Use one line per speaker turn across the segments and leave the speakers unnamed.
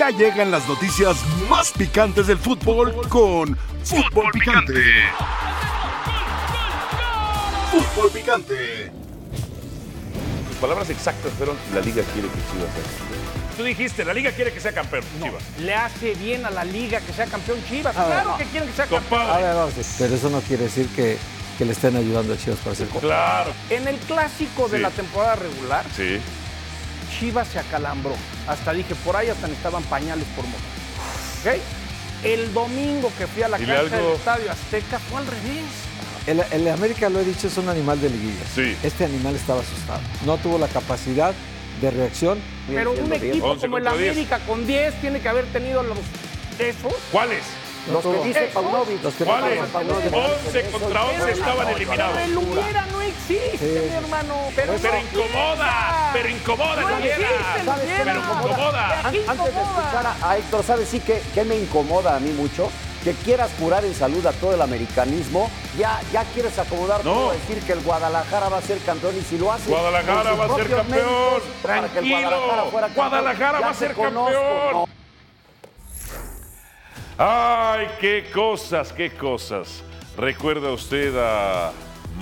Ya llegan las noticias más picantes del fútbol con Fútbol Picante. Fútbol Picante.
Tus palabras exactas fueron la liga quiere que Chivas sea.
Tú dijiste, la liga quiere que sea campeón, Chivas.
Le hace bien a la liga que sea campeón Chivas. claro que quieren que sea campeón.
Compadre,
Pero eso no quiere decir que, que le estén ayudando a Chivas para ser
claro.
En el clásico de
Sí.
la temporada regular,
Sí.
Chivas se acalambró. Hasta dije, por ahí hasta estaban pañales por moto. ¿Ok? El domingo que fui a la
Dile
cancha
algo.
del Estadio Azteca fue al revés.
El, el América, lo he dicho, es un animal de liguilla.
Sí.
Este animal estaba asustado. No tuvo la capacidad de reacción.
Pero un equipo
Once
como el
contra diez.
América con 10 tiene que haber tenido los esos.
¿Cuáles?
Los que dice
Paunovic.
Los que no
¿Cuáles?
pasan Paunovic.
11 contra 11 estaban eliminados.
Pero el Hubiera no existe, mi hermano. Pero,
Pero
no
incomoda, pero incomoda,
No
Luguera.
existe, Luguera.
Pero incomoda.
An-
Qué
Antes de
incomoda.
escuchar a, a Héctor, ¿sabes sí que, que me incomoda a mí mucho? Que quieras curar en salud a todo el americanismo, ya, ya quieres acomodar
No.
todo, decir que el Guadalajara va a ser campeón y si lo hace.
Guadalajara
con
va a
sus
ser
propios
campeón.
méritos, para que el
Tranquilo.
Guadalajara, fuera campeón,
Guadalajara
ya
va a
te
ser
conozco.
campeón.
No,
Ay, qué cosas, qué cosas. ¿Recuerda usted a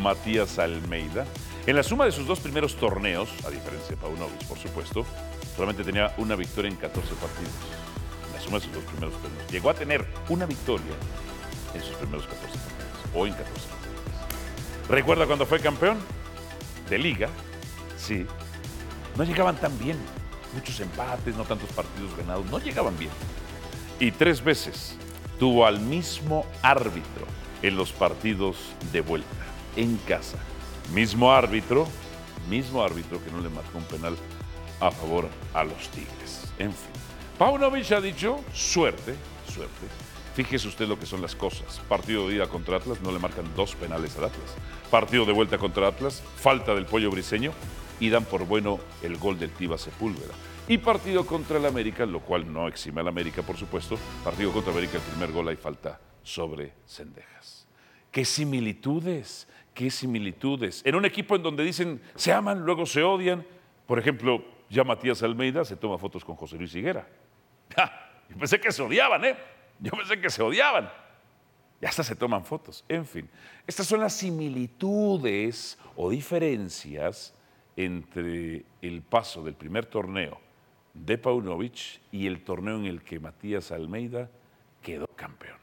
Matías Almeida? En la suma de sus dos primeros torneos, a diferencia de Paunovic, por supuesto, solamente tenía una victoria en 14 partidos. En la suma de sus dos primeros torneos. Llegó a tener una victoria en sus primeros 14 torneos, o en 14 torneos. ¿Recuerda cuando fue campeón? De liga, sí. No llegaban tan bien. Muchos empates, no tantos partidos ganados, no llegaban bien y tres veces tuvo al mismo árbitro en los partidos de vuelta, en casa. Mismo árbitro, mismo árbitro que no le marcó un penal a favor a los Tigres. En fin, Paunovic ha dicho suerte, suerte. Fíjese usted lo que son las cosas. Partido de ida contra Atlas, no le marcan dos penales al Atlas. Partido de vuelta contra Atlas, falta del pollo briseño y dan por bueno el gol del Tiva Sepúlveda. Y partido contra el América, lo cual no exime al América, por supuesto. Partido contra América, el primer gol hay falta sobre Cendejas. ¡Qué similitudes! ¡Qué similitudes! En un equipo en donde dicen se aman, luego se odian. Por ejemplo, ya Matías Almeida se toma fotos con José Luis Higuera. ¡Ja! Ah, Yo pensé que se odiaban, ¿eh? Yo pensé que se odiaban. Y hasta se toman fotos. En fin, estas son las similitudes o diferencias entre el paso del primer torneo de Paunovic y el torneo en el que Matías Almeida quedó campeón.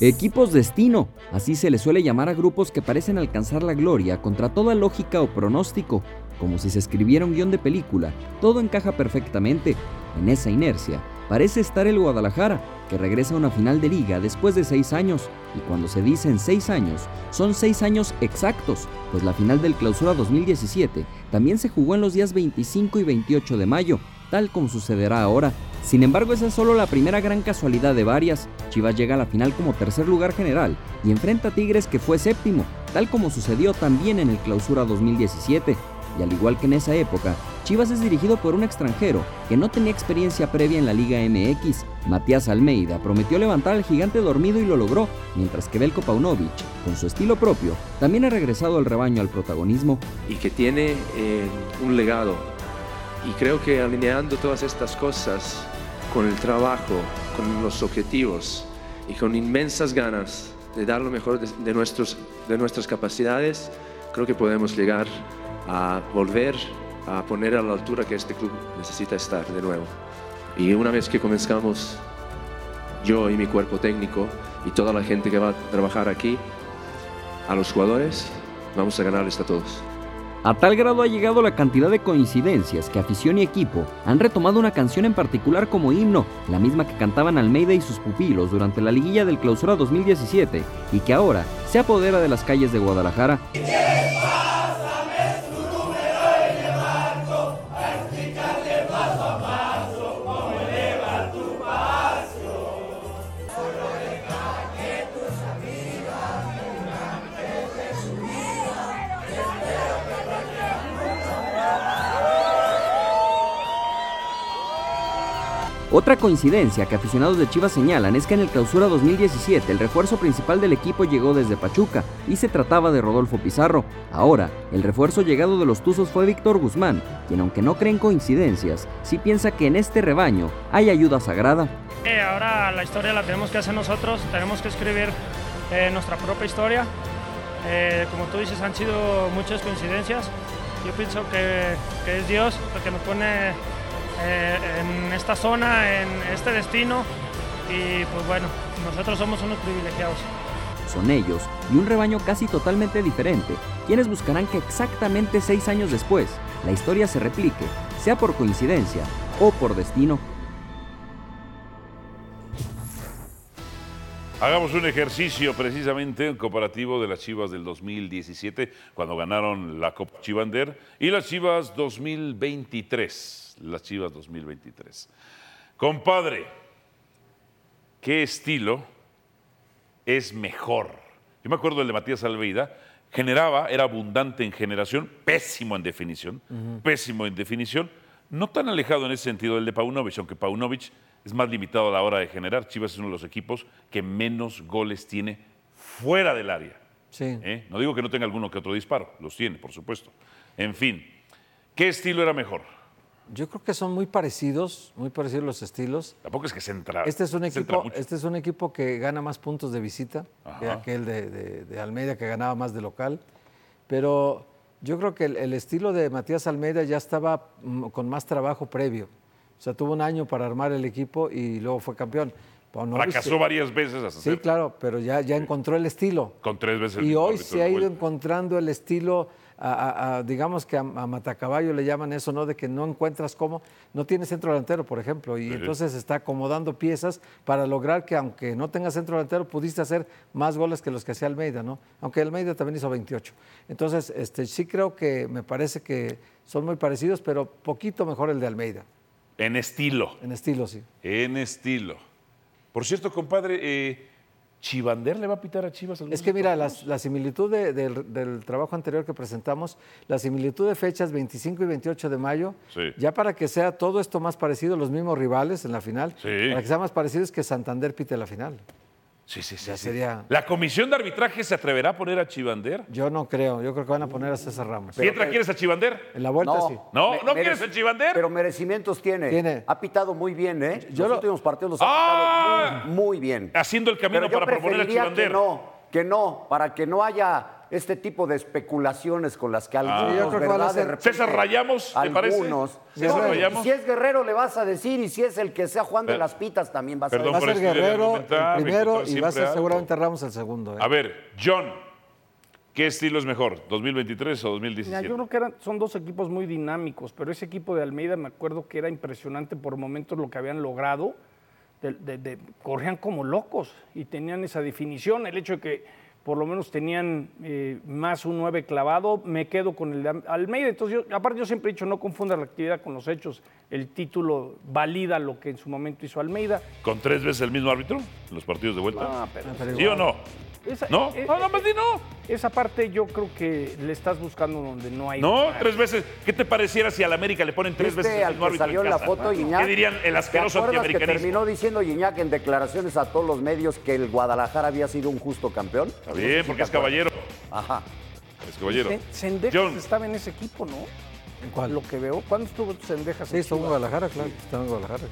Equipos destino, así se les suele llamar a grupos que parecen alcanzar la gloria contra toda lógica o pronóstico, como si se escribiera un guión de película, todo encaja perfectamente. En esa inercia, parece estar el Guadalajara, que regresa a una final de liga después de seis años, y cuando se dicen seis años, son seis años exactos, pues la final del Clausura 2017 también se jugó en los días 25 y 28 de mayo, tal como sucederá ahora. Sin embargo, esa es solo la primera gran casualidad de varias. Chivas llega a la final como tercer lugar general y enfrenta a Tigres que fue séptimo, tal como sucedió también en el Clausura 2017. Y al igual que en esa época, Chivas es dirigido por un extranjero que no tenía experiencia previa en la Liga MX. Matías Almeida prometió levantar al gigante dormido y lo logró, mientras que Belko Paunovic, con su estilo propio, también ha regresado al rebaño al protagonismo.
y que tiene eh, un legado. Y creo que alineando todas estas cosas con el trabajo, con los objetivos y con inmensas ganas de dar lo mejor de, de nuestros, de nuestras capacidades, creo que podemos llegar a volver a poner a la altura que este club necesita estar de nuevo. Y una vez que comenzamos, yo y mi cuerpo técnico y toda la gente que va a trabajar aquí, a los jugadores, vamos a ganarles a todos.
A tal grado ha llegado la cantidad de coincidencias que afición y equipo han retomado una canción en particular como himno, la misma que cantaban Almeida y sus pupilos durante la liguilla del Clausura 2017 y que ahora se apodera de las calles de Guadalajara.
Otra coincidencia que aficionados de Chivas señalan es que en el clausura 2017 el refuerzo principal del equipo llegó desde Pachuca y se trataba de Rodolfo Pizarro. Ahora, el refuerzo llegado de los Tuzos fue Víctor Guzmán, quien aunque no cree en coincidencias, sí piensa que en este rebaño hay ayuda sagrada.
Eh, ahora la historia la tenemos que hacer nosotros, tenemos que escribir eh, nuestra propia historia. Eh, como tú dices, han sido muchas coincidencias. Yo pienso que, que es Dios el que nos pone eh, en esta zona, en este destino. Y pues bueno, nosotros somos unos privilegiados.
Son ellos y un rebaño casi totalmente diferente, quienes buscarán que exactamente seis años después la historia se replique, sea por coincidencia o por destino.
Hagamos un ejercicio precisamente en comparativo de las Chivas del 2017, cuando ganaron la Copa Chivander, y las Chivas 2023. Las Chivas 2023. Compadre, ¿qué estilo es mejor? Yo me acuerdo el de Matías Almeida, generaba, era abundante en generación, pésimo en definición, pésimo en definición, no tan alejado en ese sentido del de Paunovic, aunque Paunovic es más limitado a la hora de generar. Chivas es uno de los equipos que menos goles tiene fuera del área.
Sí.
¿eh? No digo que no tenga alguno que otro disparo, los tiene, por supuesto. En fin, ¿qué estilo era mejor?
Yo creo que son muy parecidos, muy parecidos los estilos.
Tampoco es que centrar.
Este es un
centra
equipo,
mucho.
este es un equipo que gana más puntos de visita que
Ajá.
aquel de, de- de Almeida que ganaba más de local. Pero yo creo que el, el estilo de Matías Almeida ya estaba mm, con más trabajo previo. O sea, tuvo un año para armar el equipo y luego fue campeón. Paunovic
Fracasó
se-
varias veces hasta
este Sí,
hacer-
claro, pero ya, ya encontró el estilo.
con tres veces. el
Y
mismo
hoy
árbitro
se
de
ha ido
vuelta.
encontrando el estilo, a- a- a- digamos que a, a matacaballo le llaman eso, ¿no? De que no encuentras cómo, no tiene centro delantero, por ejemplo, y entonces está acomodando piezas para lograr que aunque no tenga centro delantero, pudiste hacer más goles que los que hacía Almeida, ¿no? Aunque Almeida también hizo 28. Entonces, este, sí creo que me parece que son muy parecidos, pero poquito mejor el de Almeida,
En estilo.
en estilo, sí.
En estilo. Por cierto, compadre, eh, ¿Chivander le va a pitar a Chivas? algún
Es que mira,
partido?
las- la similitud de- del, del trabajo anterior que presentamos, la similitud de fechas 25 y 28 de mayo,
Sí.
ya para que sea todo esto más parecido, los mismos rivales en la final,
Sí.
para que sea más parecido es que Santander pite la final.
Sí, sí, sí.
ya
sí.
sería-
¿La comisión de arbitraje se atreverá a poner a Chivander?
Yo no creo, yo creo que van a poner a César Ramos.
¿Pietra quieres a Chivander?
En la vuelta sí.
No,
Me-
¿no
merec-
quieres el Chivander?
Pero merecimientos tiene.
Tiene.
Ha pitado muy bien, ¿eh?
Yo
los
lo-
últimos partidos los
¡Ah!
ha pitado muy, muy bien.
Haciendo el camino
Pero yo
para proponer a
preferiría
Chivander.
Que no, que no, para que no haya este tipo de especulaciones con las que
Ah.
algunos,
Sí, yo creo que van a
¿verdad? De
ser-
repente,
César Rayamos, ¿te parece?
Algunos.
César
No,
Rayamos.
Si es Guerrero le vas a decir y si es el que sea Juan de
Per-
las Pitas también vas
perdón
a
Va a
por
ser
eso quería
Guerrero
argumentar,
el primero y
siempre
va a ser
algo.
seguramente Ramos el segundo. ¿eh?
A ver, John, ¿qué estilo es mejor, 2023 o 2017?
Mira, yo creo que eran- son dos equipos muy dinámicos, pero ese equipo de Almeida me acuerdo que era impresionante por momentos lo que habían logrado. de- de- de- corrían como locos y tenían esa definición. El hecho de que por lo menos tenían eh, más un 9 clavado, me quedo con el de Al- Almeida. Entonces, yo, aparte yo siempre he dicho, no confundas la actividad con los hechos. El título valida lo que en su momento hizo Almeida.
¿Con tres veces el mismo árbitro en los partidos de vuelta?
Ah, pero
¿Sí o no?
Esa-
¿No?
eh,
no, nada más di no.
Esa parte yo creo que le estás buscando donde no hay...
No, tres veces. ¿Qué te pareciera si al América le ponen tres
¿Viste
veces el
Este al
mismo
que
árbitro
salió
en
en la
casa?
foto, Iñak?
¿Qué dirían el
¿Te
asqueroso
acuerdas que
antiamericanismo?
terminó diciendo Iñak en declaraciones a todos los medios que el Guadalajara había sido un justo campeón?
Está bien, porque es caballero.
Ajá.
Es caballero.
Sendejas
John,
estaba en ese equipo, ¿no?
¿En cuál?
Lo que veo. ¿Cuándo estuvo Sendejas?
Sí,
en
está en
Chivas?
Guadalajara, claro. Está en Guadalajara.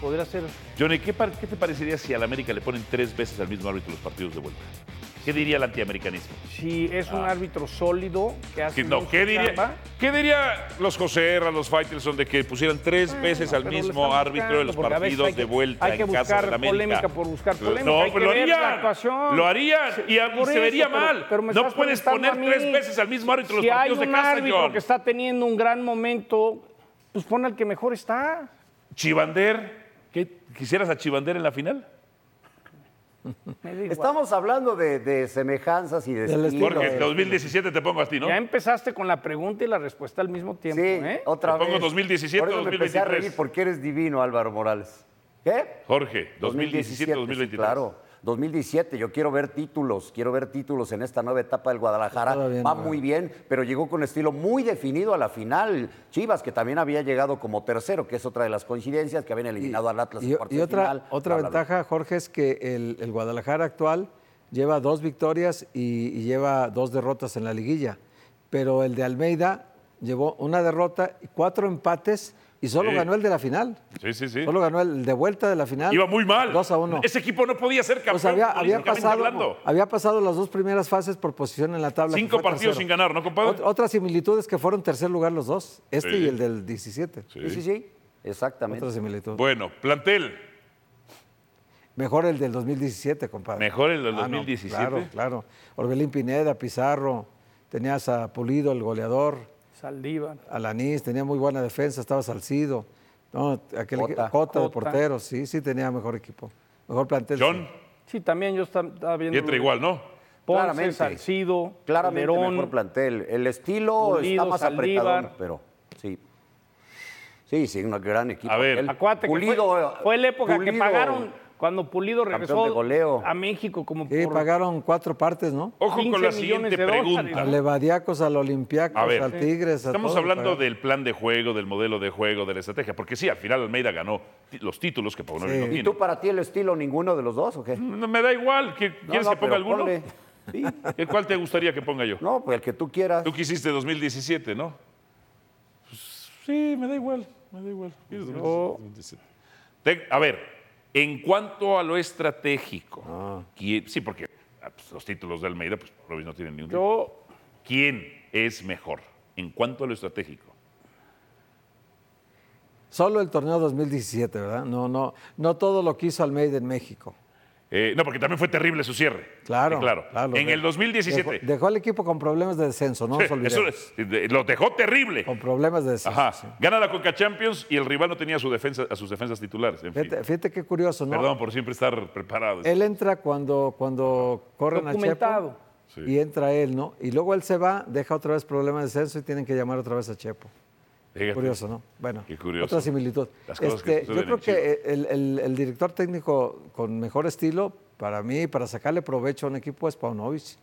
Podría ser.
Johnny, ¿qué, par- qué te parecería si al América le ponen tres veces al mismo árbitro los partidos de vuelta? ¿Qué diría el antiamericanismo?
Si es un árbitro sólido que hace.
Ah. Que no,
bien
¿qué
su chamba,
diría, ¿Qué diría los José Herra, los Faitelson de que pusieran tres veces al
Ah, pero lo
mismo
están
árbitro de los
buscando, porque a veces
partidos
hay que-
de vuelta
hay que
en casa
buscar
de la América? Pues,
polémica por buscar polémica,
No,
hay que
pero lo
ver la
harían.
actuación.
Lo harían y a- y
por
se
eso,
vería
pero-
mal.
pero me
no
estás
puedes
contestando
poner
a mí.
tres veces al mismo árbitro
Si
los
hay
partidos de
un
casa,
árbitro
John.
que está teniendo un gran momento, pues pon al que mejor está.
Chivander, ¿qué, ¿quisieras a Chivander en la final?
Me da igual.
Estamos hablando de, de semejanzas y de
Del
estilos.
Porque en 2017 te pongo a ti, ¿no?
Ya empezaste con la pregunta y la respuesta al mismo tiempo.
Sí,
¿eh?
otra
Te
vez.
pongo 2017,
Por eso me empecé a
2023.
reír porque eres divino, Álvaro Morales. ¿Qué?
Jorge, 2017-2023.
Claro. 2017, yo quiero ver títulos, quiero ver títulos en esta nueva etapa del Guadalajara.
Estaba bien,
Va
güey.
muy bien, pero llegó con estilo muy definido a la final. Chivas, que también había llegado como tercero, que es otra de las coincidencias, que habían eliminado al Atlas
Y,
en cuartos
y
de
otra,
final,
otra
bla, bla, bla.
ventaja, Jorge, es que el, el Guadalajara actual lleva dos victorias y, y lleva dos derrotas en la liguilla. Pero el de Almeida llevó una derrota, y cuatro empates y solo
Sí.
ganó el de la final.
Sí, sí, sí.
Solo ganó el de vuelta de la final.
Iba muy mal.
2 a 1.
Ese equipo no podía ser campeón.
O sea, había, había
políticamente
pasado,
hablando.
había pasado las dos primeras fases por posición en la tabla. que
Cinco
fue
partidos sin ganar, ¿no, compadre?
Ot- otras similitudes que fueron tercer lugar los dos, este
Sí.
y el del 17.
Sí, sí, sí, exactamente.
Otras similitudes.
Bueno, plantel.
Mejor el del 2017, compadre.
Mejor el del
Ah, no,
2017.
claro, claro. Orbelín Pineda, Pizarro, tenías a Pulido, el goleador,
Saldívar.
Alanís, tenía muy buena defensa, estaba Salcido. No, aquel
Cota.
Cota, de
Cota.
portero, sí, sí tenía mejor equipo. Mejor plantel.
John,
sí.
Sí, también yo estaba estaba viendo.
entra igual, ¿no?
Ponce,
Claramente.
Salcido,
Claramente
Calderón.
mejor plantel. El estilo
Pulido,
está más
Saldívar.
apretadón, pero sí. Sí, sí, un gran equipo.
A ver,
El
Acuérdate
Pulido,
que fue,
eh,
fue la época que
Pulido.
pagaron cuando Pulido regresó
Campeón de goleo.
a México como
Sí,
por-
pagaron cuatro partes, ¿no?
Ojo con la
15 millones
siguiente
de dólares.
pregunta.
Al Levadiacos, al Olympiacos,
A ver,
al Tigres. a
estamos
todos, ¿eh?
hablando
pagaron.
del plan de juego, del modelo de juego, de la estrategia, porque sí, al final Almeida ganó ti- los títulos que Paunovic
Sí.
no
¿Y
¿Y
tiene.
tú para ti el estilo ninguno de los dos o qué?
No, Me da igual, ¿qui-
No,
¿quieres
no,
que ponga
pero
alguno?
ponle. Sí.
¿Eh, ¿Cuál te gustaría que ponga yo?
No, pues el que tú quieras.
Tú quisiste 2017, ¿no? Pues, sí, me da igual, me da igual. ¿Quieres 2017? Te- a ver, en cuanto a lo estratégico, ¿quién- sí, porque ah, pues, los títulos de Almeida, pues Robis no tienen ningún título.
Yo
¿Quién es mejor en cuanto a lo estratégico?
Solo el torneo 2017, ¿verdad? No, no, no todo lo que hizo Almeida en México.
Eh, no, porque también fue terrible su cierre.
Claro,
Sí, claro.
claro.
en el 2017.
Dejó, dejó al equipo con problemas de descenso, no nos
Sí,
olvidemos.
eso es- de- lo dejó terrible.
Con problemas de descenso.
Ajá.
sí.
Gana la Conca Champions y el rival no tenía su defensa, a sus defensas titulares. En fin.
Fíjate, fíjate qué curioso, ¿no?
Perdón por siempre estar preparado.
Él entra cuando, cuando corren a Chepo.
Documentado.
Y entra él, ¿no? Y luego él se va, deja otra vez problemas de descenso y tienen que llamar otra vez a Chepo.
Fíjate.
Curioso, ¿no? Bueno,
Qué curioso.
otra similitud.
Las cosas que
Este, yo
suceden
creo
en
que el, el- el director técnico con mejor estilo, para mí, para sacarle provecho a un equipo es Paunovic.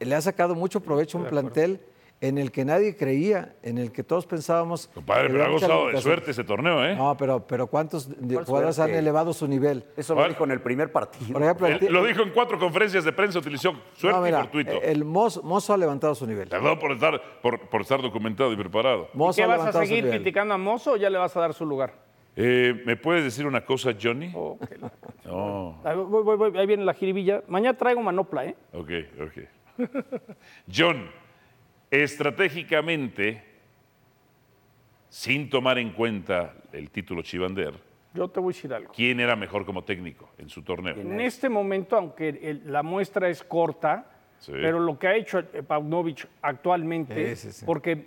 Le ha sacado mucho provecho a un plantel en el que nadie creía, en el que todos pensábamos.
Compadre,
que
pero ha
había mucha
gozado de
limitación.
suerte ese torneo, ¿eh?
No, pero, pero ¿cuántos de-
¿Cuál
jugadores han
suerte?
elevado su nivel?
Eso lo
Ahora-
dijo en el primer partido.
Por ejemplo, el
Él
ti-
lo dijo en cuatro conferencias de prensa, utilizó suerte
no, mira, eh,
y fortuito.
el Mozo, Mozo ha levantado su nivel.
Perdón por estar, por, por estar documentado y preparado.
¿Y
Mozo
¿Qué
ha
vas a
levantado su
seguir
nivel.
criticando a Mozo o ya le vas a dar su lugar?
Eh, ¿Me puedes decir una cosa, Johnny?
Oh, qué la-
No.
Ahí voy, voy, voy, ahí viene la jiribilla. Mañana traigo manopla, ¿eh?
Ok, ok. John, estratégicamente, sin tomar en cuenta el título Chivander,
Yo te voy a decir algo.
¿quién era mejor como técnico en su torneo?
En este momento, aunque el- la muestra es corta,
Sí.
pero lo que ha hecho eh, Paunovic actualmente,
Sí, sí, sí.
porque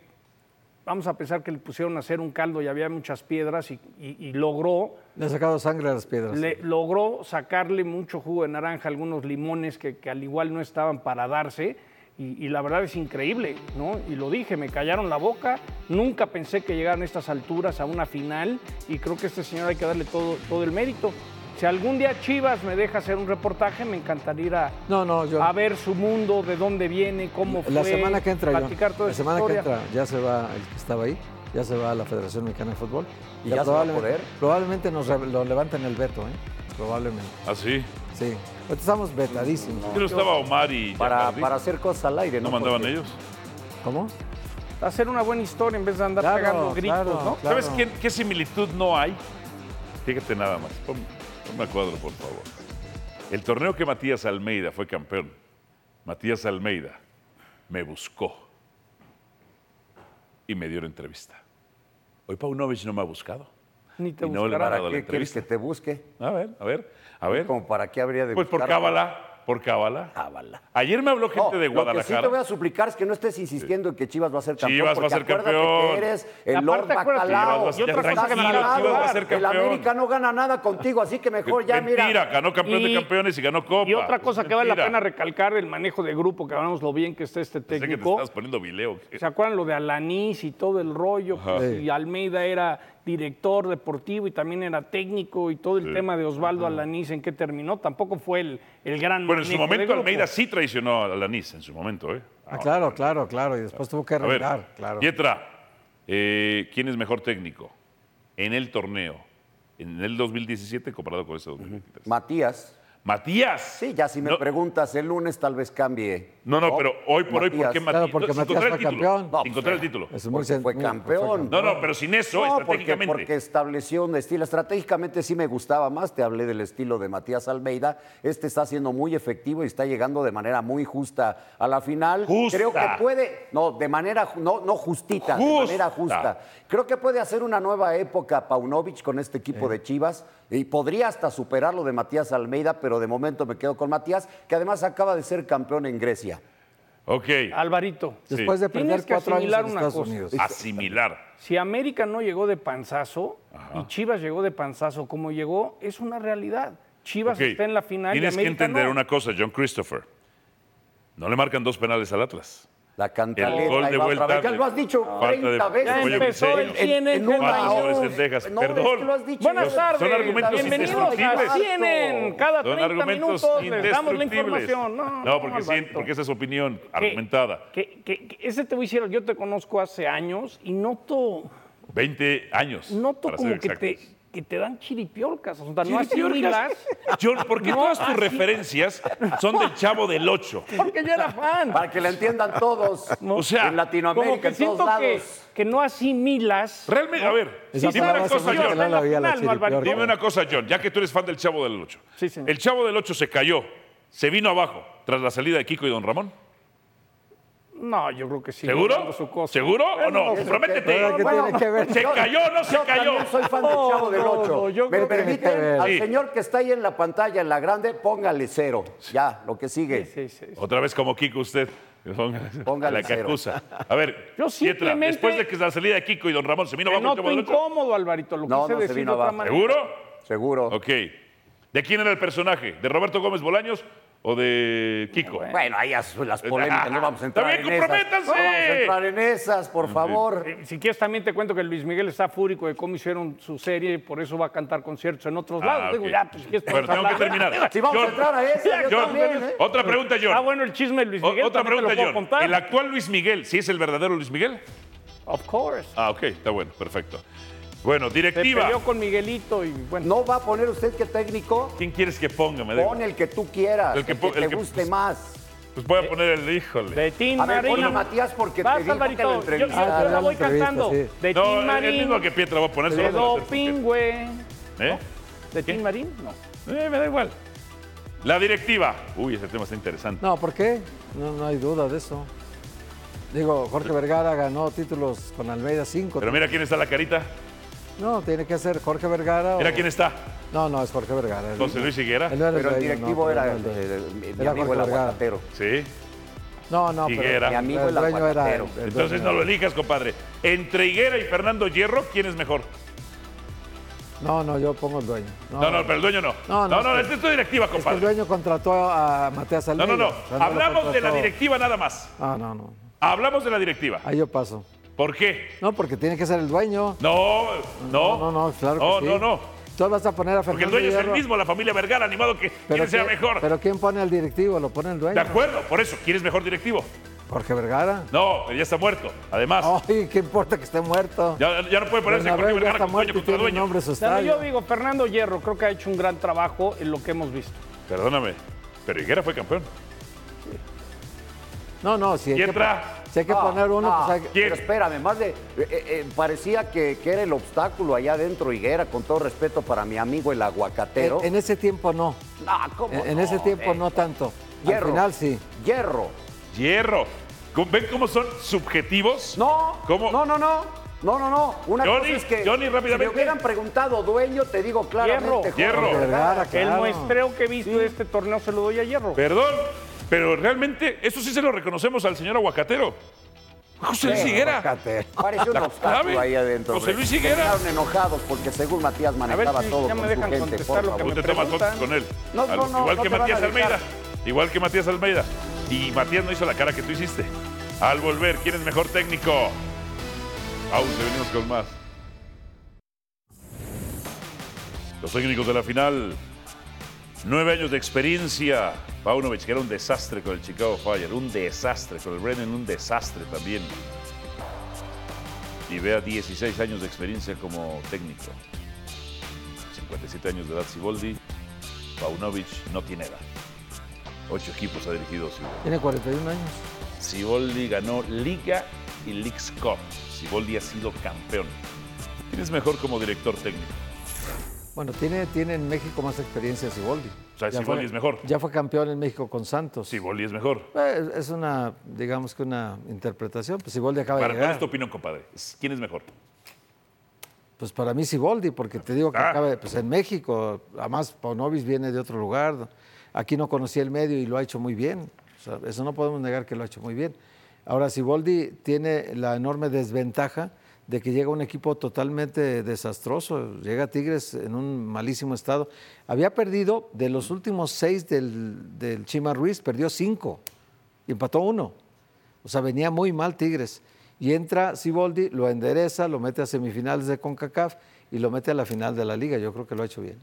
vamos a pensar que le pusieron a hacer un caldo y había muchas piedras y, y- y logró,
Le ha sacado sangre a las piedras.
le- logró sacarle mucho jugo de naranja, algunos limones que, que al igual no estaban para darse. Y, y la verdad es increíble, ¿no? Y lo dije, me callaron la boca. Nunca pensé que llegaran a estas alturas a una final. Y creo que a este señor hay que darle todo, todo el mérito. Si algún día Chivas me deja hacer un reportaje, me encantaría ir a,
No, no, yo.
Ah,
a ver su mundo, de dónde viene, cómo fue.
La semana que entra, John,
platicar toda
la
esa
semana que
historia.
entra ya se va el que estaba ahí, ya se va a la Federación Mexicana de Fútbol.
¿Y ya se va a
probablemente-
poder?
Probablemente nos re- lo levanten el veto, ¿eh? Probablemente,
¿Ah, sí?
sí. Ahorita Estamos vetadísimos.
Yo no estaba Omar y
Para,
Yacardi.
para hacer cosas al aire, ¿no?
¿No mandaban
Porque-
ellos?
¿Cómo?
Hacer una buena historia en vez de andar
Claro,
pegando gritos,
claro,
¿no?
claro.
¿Sabes qué, qué similitud no hay? Fíjate nada más. Pon- Ponme a cuadro, por favor. El torneo que Matías Almeida fue campeón, Matías Almeida me buscó y me dio la entrevista. Hoy Paunovic no me ha buscado.
Ni te
Y no le
buscará.
van a
¿Para
dar la
qué quieres
entrevista.
que te busque?
A ver, a ver, a ver.
¿Como para qué habría de
Pues por
buscarte?
cábala. ¿Por cábala?
Cábala.
Ayer me habló gente
Ah, No,
de
Lo que sí te voy
Guadalajara.
a suplicar es que no estés insistiendo en que Chivas va a ser campeón.
Chivas va a
porque
ser
acuérdate
campeón.
Que eres el
Aparte,
Lord
acuérdate,
Bacalao.
Chivas va a ser-
Estás
tranquilo,
ganado.
Chivas va a ser
El
campeón.
América no gana nada contigo, así que mejor ya
mentira,
mira.
ganó campeón de
Y-
campeones y ganó copa.
Y otra cosa
Es
que vale la
mentira.
pena recalcar, el manejo de grupo, que hablamos lo bien que está este
Pensé que te
técnico.
estabas poniendo vileo.
¿Se acuerdan lo de Alanís y todo el rollo? Pues, y Almeida era director deportivo y también era técnico y todo el tema de Osvaldo Alanís en qué terminó. Tampoco fue el, el gran
Bueno, en su
manejo de
momento
grupo.
Almeida sí traicionó a Alanis, en su momento, ¿eh?
Ah, claro, claro, claro. Y después tuvo que
A ver,
arreglar, claro.
Pietra, eh, ¿quién es mejor técnico en el torneo, en el 2017 comparado con ese 2023?
Matías.
Matías.
Sí, ya si me
no,
preguntas el lunes tal vez cambie.
No, no, pero hoy por hoy, ¿por qué Matías?
Claro, porque
No, sin
Matías
contar el
fue
título,
campeón.
sin contar el título.
Es muy
Porque
sen-
fue
muy-
campeón.
No, no, pero sin eso,
No, porque,
estratégicamente.
porque estableció un estilo. Estratégicamente sí me gustaba más. Te hablé del estilo de Matías Almeida. Este está siendo muy efectivo y está llegando de manera muy justa a la final.
Justa.
Creo que puede. No, de manera. ju- No, no justita,
Justa.
de manera justa. Creo que puede hacer una nueva época Paunovic con este equipo de Chivas y podría hasta superar lo de Matías Almeida, pero de momento me quedo con Matías, que además acaba de ser campeón en Grecia.
Ok,
Ah,
Alvarito.
Después de perder
Tienes que
cuatro años
asimilar
en
una
Estados
cosa.
Unidos.
asimilar.
Si América no llegó de panzazo y Chivas llegó de panzazo como llegó, es una realidad. Chivas
Ok,
está en la final
Tienes
y
que
América
entender
no.
una cosa, John Christopher. No le marcan dos penales al Atlas.
La cantaleta.
El gol
ahí
de
va otra
vuelta
vez. Ya
de-
lo has dicho
falta de-
30 veces.
Ya
Oye,
empezó
Briseño.
el 100 en
En una
Cuba.
Cuatro
hora.
veces Texas,
No,
perdón.
es que lo has dicho.
Buenas
Son
tardes.
argumentos
Bienvenidos
indestructibles.
a CNN. Cada
Son
30
argumentos
minutos les damos la
indestructibles.
información. No,
No, porque, sí,
Alvarito.
porque esa es su opinión
Que-
argumentada.
Que, que- que ese te voy a decir, yo te conozco hace años y noto,
20 años.
noto
para ser
como que te,
exactos.
que te dan chiripiorcas. O sea, no
Chiripiorcas.
asimilas.
John, ¿por qué
No,
todas tus
así-
referencias son del Chavo del 8?
Porque yo era fan.
Para que la entiendan todos.
O sea,
en
Como
Latinoamérica,
que
en todos
siento que,
lados.
que no asimilas.
Realmente, a ver,
Esa
dime una
palabra se
cosa,
me hace
John.
la vida, la
Al final, Alvarito.
chiripiorca.
Dime una cosa, John, ya que tú eres fan del Chavo del 8.
Sí, señor.
El Chavo del 8 se cayó, se vino abajo tras la salida de Kiko y Don Ramón.
No, yo creo que sí.
¿Seguro?
dando su cosa.
¿Seguro o no?
eso
Prométete.
Ahora, ¿Qué tiene que ver?
¿Se cayó o no se
Yo
cayó?
también soy fan del Chavo del
no,
Ocho.
no, yo
¿Me
creo que-
permiten? Al
Sí.
señor que está ahí en la pantalla, en la grande, póngale cero. Ya, lo que sigue.
Sí, sí, sí.
Otra vez como Kiko usted. Póngale,
Póngale
la que
cero.
acusa. A ver,
Yo
Pietra,
simplemente-
después de que la salida de Kiko y Don Ramón se vino
Te
abajo el Chavo
noto
del 8.
incómodo, Alvarito. Lo
No,
quise
no se
decir
vino
de otra
abajo.
manera.
¿Seguro?
Seguro.
Ok. ¿De quién era el personaje? ¿De Roberto Gómez Bolaños o de Kiko?
pues,
Bueno, ahí as- las polémicas, no vamos a entrar
También
en esas.
comprométanse.
No vamos a entrar en esas, por favor.
Eh, Si quieres también te cuento que Luis Miguel está fúrico de cómo hicieron su serie y por eso va a cantar conciertos en otros lados.
Ah,
Digo,
ok.
ya, pues si quieres
Pero
podemos
tengo que
hablar.
terminar.
Si vamos a
John,
entrar a esas, yo
John,
también, ¿eh?
otra pregunta, John.
Ah, bueno, el chisme de Luis
O-
Miguel
otra
también
pregunta,
te lo puedo
John.
contar.
¿El actual Luis Miguel, si es el verdadero Luis Miguel?
Of course.
Ah, ok, está bueno, perfecto. Bueno,
Se
directiva.
peleó con Miguelito y bueno.
¿No va a poner usted qué técnico?
¿Quién quieres que ponga? Me da igual.
Pon el que tú quieras,
El
el
que
que,
po- el
te
que-
guste más.
Pues voy a poner el híjole.
De Tim
A ver, pon
Marino.
a Matías porque te
Vas,
dijo que lo
Alvarito. Yo, yo- yo
entrevistó.
la
Ah, la
voy
entrevista,
cantando.
sí.
De
no,
Tim
el- el
Marín.
mismo que Pietra voy a poner.
De
solo para hacer
doping, güey.
porque- ¿Eh?
De Tim Marín, no.
Eh, me da igual. La directiva. Uy, ese tema está interesante.
No, ¿por qué? No, no hay duda de eso. Digo, Jorge Vergara ganó títulos con Almeida 5.
Pero mira quién está la carita.
No, tiene que ser Jorge Vergara. o-
Mira quién está.
No, no, es Jorge Vergara. Él-
José Luis Higuera.
él no era
Pero el
dueño,
directivo
no,
era,
no, no.
eh, mi, mi
Era
amigo el
Jorge Vergara.
aguacatero.
Sí.
No, no,
Higuera.
pero
Mi amigo el
dueño era
aguacatero.
el- el
Entonces no
dueño.
lo elijas, compadre. Entre Higuera y Fernando Hierro, ¿quién es mejor?
No, no, yo pongo el dueño. No,
No, no, pero el dueño no. No,
No, no,
no,
es que-
esta es tu directiva,
Es que el
compadre.
dueño contrató a Matías
No,
Almeida.
no, no.
O sea, no lo
Hablamos de la
contrató-
directiva nada más.
Ah, no, no.
Hablamos de la directiva.
Ahí yo paso.
¿Por qué?
No, porque tiene que ser el dueño.
No, no.
no, no, claro que
No,
sí.
no, no.
Tú vas a poner a Fernando
Porque el dueño es el
Hierro.
mismo, la familia Vergara, animado que quién sea
quién-
mejor.
Pero ¿quién pone al directivo? Lo pone el
De
dueño.
acuerdo, por eso, ¿quién es mejor directivo?
Jorge Vergara.
No, él ya está muerto. Además,
Oh.
Ay, qué importa que esté muerto.
ya, ya no puede ponerse Jorge
Bernabéu ya
Vergara
está
con dueño
muerto y
contra
tiene
dueño.
nombre su
Pues
No, no,
estadio.
yo digo, Fernando Hierro creo que ha hecho un gran trabajo en lo que hemos visto.
Perdóname, pero Higuera fue campeón.
No, no, si hay,
¿Quién
que,
tra-
si hay que
Ah,
poner uno,
ah,
pues hay que-
¿Quién?
Pero espérame, más de. eh, eh, parecía que, que era el obstáculo allá adentro, Higuera, con todo respeto para mi amigo el aguacatero.
en, en ese tiempo no.
Ah, ¿cómo
En, en
no?
ese tiempo
Eh,
no tanto. Al
Hierro.
final sí.
Hierro.
Hierro. ¿Cómo- ¿Ven cómo son subjetivos?
No.
¿Cómo?
No, no, no. No, no, no. Una
Johnny,
cosa es que
Johnny,
si me
rápidamente.
hubieran preguntado dueño, te digo claramente.
Hierro,
Jorge
hierro.
Vergara,
El
Claro.
muestreo que he visto de este torneo se lo doy a Hierro.
Perdón, pero realmente eso sí se lo reconocemos al señor Aguacatero. José Luis Higuera.
Fíjate, Parece un
La
obstáculo
clave.
ahí adentro.
José Luis
Se
Higuera.
quedaron enojados porque según Matías
ver
manejaba
si
todo
ya me
con su
dejan
gente.
contestar
por
lo que
favor.
Tú te tomas fotos
preguntan.
con él.
No,
Al-
no, no,
igual
no
que
te van a
Matías
dejar.
Almeida. Igual que Matías Almeida. Y Matías no hizo la cara que tú hiciste. Al volver, ¿quién es mejor técnico? Pause, venimos con más. Los técnicos de la final. Nueve años de experiencia. Paunovic, que era un desastre con el Chicago Fire, un desastre con el Brennan, un desastre también. Y vea 16 años de experiencia como técnico. 57 años de edad Siboldi. Paunovic no tiene edad. Ocho equipos ha dirigido Siboldi.
Tiene 41 años.
Siboldi ganó Liga y League's Cup. Siboldi ha sido campeón. ¿Quién es mejor como director técnico?
Bueno, tiene, tiene en México más experiencia Siboldi.
O sea,
Ya
Siboldi
fue-
es mejor.
Ya fue campeón en México con Santos.
Siboldi es mejor.
Eh, Es una, digamos que una interpretación. Pues Siboldi acaba
Para,
de
¿Cuál
llegar.
es tu opinión, compadre? ¿Quién es mejor?
Pues para mí Siboldi, porque te digo que
Ah.
acaba de- pues en México. Además, Paunovis viene de otro lugar. Aquí no conocía el medio y lo ha hecho muy bien. O sea, eso no podemos negar que lo ha hecho muy bien. Ahora, Siboldi tiene la enorme desventaja de que llega un equipo totalmente desastroso. Llega Tigres en un malísimo estado. Había perdido de los últimos seis del, del Chima Ruiz, perdió cinco y empató uno. O sea, venía muy mal Tigres. Y entra Siboldi, lo endereza, lo mete a semifinales de CONCACAF y lo mete a la final de la liga. Yo creo que lo ha hecho bien.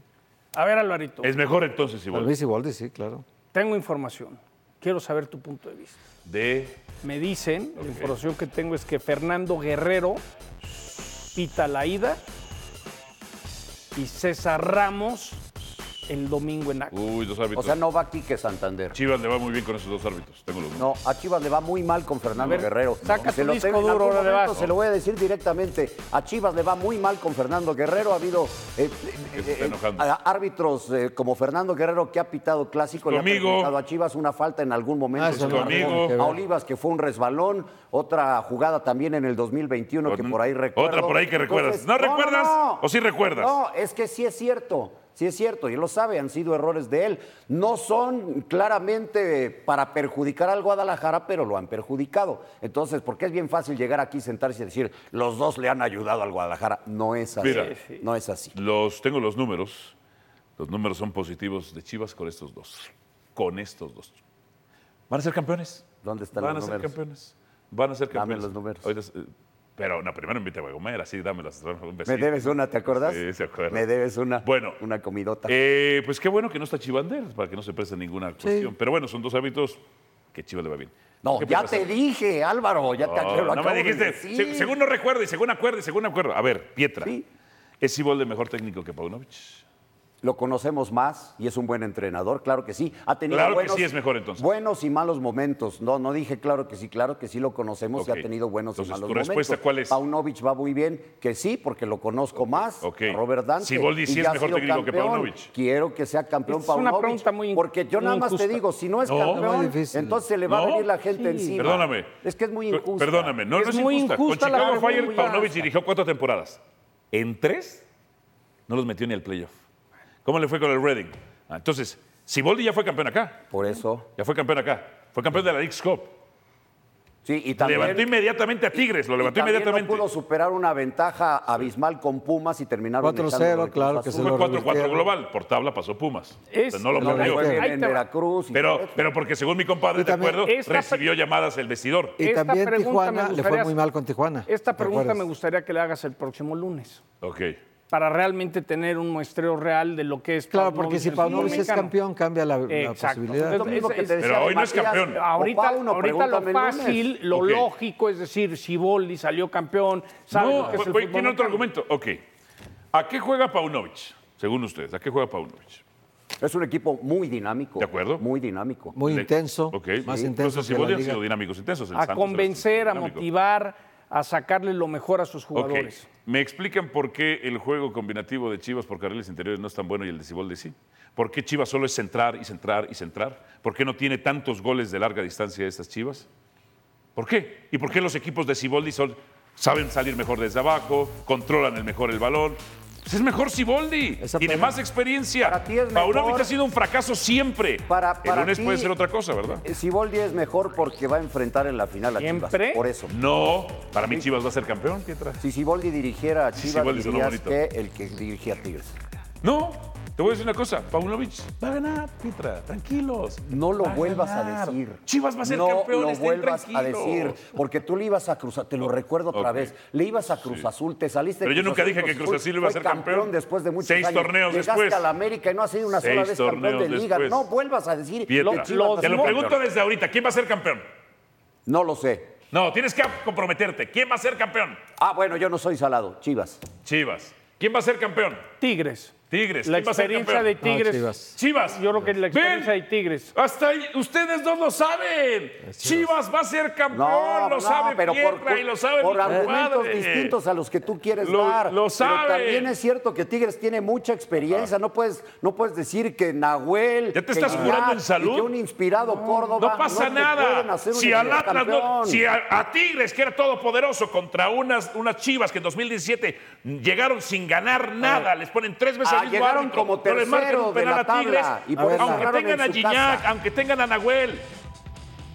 A ver, Alvarito,
Es mejor entonces
Para
Siboldi.
mí Siboldi, sí, claro.
tengo información. Quiero saber tu punto de vista.
De
Me dicen, la información que tengo es que Fernando Guerrero pita la ida y César Ramos el domingo en Acapulco.
Uy, dos
O
árbitros.
sea, no va aquí que Santander.
Chivas le va muy bien con esos dos árbitros. Tengo los
No, a Chivas le va muy mal con Fernando
A ver,
Guerrero.
saca
Se
tu
lo
disco
tengo- en
duro,
algún
ahora le vas.
momento Se lo voy a decir directamente. A Chivas le va muy mal con Fernando Guerrero. Ha habido eh, eh,
está
eh,
enojando.
a- árbitros eh, como Fernando Guerrero que ha pitado clásico. Le ha
Conmigo.
perjudicado a Chivas una falta en algún momento.
Ah, eso
Se
no
lo
tiene
marcó
que
ver.
A Olivas que fue un resbalón. Otra jugada también en el 2021 que
Con-
por ahí recuerdo.
otra por ahí que recuerdas. ¿No recuerdas o sí recuerdas?
No, es que sí es cierto. Sí es cierto, y él lo sabe, han sido errores de él. No son claramente para perjudicar al Guadalajara, pero lo han perjudicado. Entonces, porque es bien fácil llegar aquí, sentarse y decir, los dos le han ayudado al Guadalajara. No es así.
Mira.
No es así.
Los, tengo los números. Los números son positivos de Chivas con estos dos. Con estos dos. Van a ser campeones.
¿Dónde están
Van
los
a ser
números?
campeones. Van a ser
Dame
campeones.
los números.
Ahorita es- eh, pero no, primero invite a Guagomera, así dámelas. dame un besito.
Me debes una, ¿te acuerdas?
Sí, se acuerda.
Me debes una,
Bueno.
una comidota.
Eh, pues qué bueno que no está Chivander, para que no se preste ninguna cuestión. Pero bueno, son dos hábitos que Chivas le va bien.
no,
¿Qué
ya
pasa?
te dije, Álvaro, ya te
No,
lo
no
acabo
me dijiste.
de decir.
Se- según no recuerdo y según acuerdo y según acuerdo. A ver, Pietra.
Sí.
¿Es Ibolde mejor técnico que Paunovic?
Lo conocemos más y es un buen entrenador, claro que sí. Ha tenido
Claro que
buenos,
sí es mejor, entonces.
buenos y malos momentos. No, no dije claro que sí, claro que sí lo conocemos
Ok.
y ha tenido buenos
Entonces,
y malos
¿tu
momentos.
respuesta cuál es?
Paunovic va muy bien, que sí, porque lo conozco más.
ok.
a Robert Dante.
Siboldi
y
sí es
ya ha
mejor
sido
técnico que
campeón.
Paunovic.
Quiero que sea campeón
Es una
Paunovic.
pregunta muy in-
porque yo
muy
nada más te
injusta.
digo, si no es
No.
Muy
campeón,
difícil.
entonces le va a
No.
venir la gente
Sí.
encima.
Perdóname.
Es que es muy
Co-
injusto.
Perdóname, no, no es
Es muy
injusta.
injusta
Con
la
Chicago Fire,
pregunta.
Paunovic dirigió cuatro temporadas. En tres, no los metió ni al playoff. ¿Cómo le fue con el Reading? Ah, entonces, Siboldi ya fue campeón acá.
Por eso.
Ya fue campeón acá. Fue campeón de la League's Cup.
Sí, y también.
levantó inmediatamente a Tigres, lo
y
levantó
también
inmediatamente.
No pudo superar una ventaja abismal con Pumas y terminaron
4-0,
echándolo del Cruz
claro que
Azul.
fue
se lo
4-4
revirtieron.
global. Por tabla pasó Pumas.
Es-
O sea, no lo
No, le
perdió.
fue bien
Ahí
en
te va.
Veracruz. y todo
Pero,
eso.
pero porque según mi compadre,
Y
de
también-
acuerdo,
Esta-
recibió llamadas el vestidor.
Y
Esta
también
pregunta me
Tijuana le
gustaría
fue muy mal con Tijuana.
Esta
¿te
pregunta
acuerdas?
me gustaría que le hagas el próximo lunes
Ok.
para realmente tener un muestreo real de lo que es
Claro, porque si Paunovic es
mexicano.
campeón, cambia la, la
Exacto.
posibilidad.
Es lo mismo
Es-
que te
es-
decía
Pero
de
hoy no es
Matías,
campeón.
o
Ahorita,
Pauno,
ahorita lo
pregúntame el lunes.
fácil, lo
Ok.
lógico es decir, si Boldi salió campeón, sabe
No,
lo que es el
oye,
fútbol
tiene otro argumento.
mexicano.
Ok. ¿A qué juega Paunovic? Según ustedes, ¿a qué juega Paunovic?
Es un equipo muy dinámico.
¿De acuerdo?
Muy dinámico.
Muy
Le-
intenso,
Ok.
más
Sí.
intenso
Entonces, si
que la
Boldi ha
liga.
sido dinámicos intensos. el
A
Santos
convencer,
ha
a
sido dinámico.
motivar, a sacarle lo mejor a sus
Ok.
jugadores.
¿Me explican por qué el juego combinativo de Chivas por carriles interiores no es tan bueno y el de Ciboldi sí? ¿Por qué Chivas solo es centrar y centrar y centrar? ¿Por qué no tiene tantos goles de larga distancia estas Chivas? ¿Por qué? ¿Y por qué los equipos de Ciboldi son saben salir mejor desde abajo, controlan el mejor el balón. Pues es mejor Siboldi,
Esa
tiene
para-
más experiencia.
para ti es
Paunovic
mejor.
ha sido un fracaso siempre.
Para- para
el lunes
ti-
puede ser otra cosa, ¿verdad?
Eh, Siboldi es mejor porque va a enfrentar en la final a
¿Siempre?
Chivas. Por eso.
No, para mí Chivas va a ser campeón, Pietra.
Si Siboldi dirigiera a
Sí,
Chivas,
Siboldi sonó
dirías
bonito.
que el que dirigía a Tigres.
No, te voy a decir una cosa. Paunovic va a ganar, Pietra. Tranquilos.
No lo
Va a
vuelvas a
ganar.
decir.
Chivas va a ser
no
campeón,
lo
estén
vuelvas a
tranquilos.
decir, porque tú le ibas a Cruz Azul, te lo recuerdo otra
Ok.
vez, le ibas a Cruz Azul, te saliste de
Pero yo
Cruz
nunca
Azul,
dije que Cruz Azul iba a ser
fue
campeón.
después de muchos
Seis
años.
torneos
Llegaste
después.
a la América y no ha sido una sola
Seis
vez campeón de
torneos
liga.
después.
No vuelvas a decir
Pietra,
que Chivas va a
te
ser
lo
campeón.
pregunto desde ahorita. ¿Quién va a ser campeón?
No lo sé.
No, tienes que comprometerte. ¿Quién va a ser campeón?
Ah, bueno, yo no soy salado, Chivas.
Chivas. ¿Quién va a ser campeón?
Tigres.
Tigres.
La
¿Quién va a ser
experiencia
campeón?
de
No,
Tigres.
Chivas.
Chivas.
Yo creo que la experiencia
Ven.
de Tigres.
Hasta ahí, ustedes dos lo saben. Chivas. va a ser campeón,
No,
lo
no,
sabe
pero por,
Pietra y lo sabe
por
mi
argumentos
compadre.
distintos a los que tú quieres
Lo-
dar.
lo sabe. Ah.
Pero también es cierto que Tigres tiene mucha experiencia. No puedes, no puedes decir que Nahuel.
¿Ya te
que
estás
Iñak,
jurando en salud?
y que un inspirado Córdoba.
No pasa
te pueden
nada.
hacer un
Si al Atlas no-
campeón.
si a, a Tigres, que era todopoderoso, contra unas, unas chivas que en 2017 llegaron sin ganar nada, les ponen tres veces
Ah,
el mismo
llegaron
árbitro,
como
no les marcan
terceros
un
de
penal
la
a Tigres,
tabla, y por eso
aunque
ganaron
tengan
en
a
su
Gignac,
casa.
aunque tengan a Nahuel,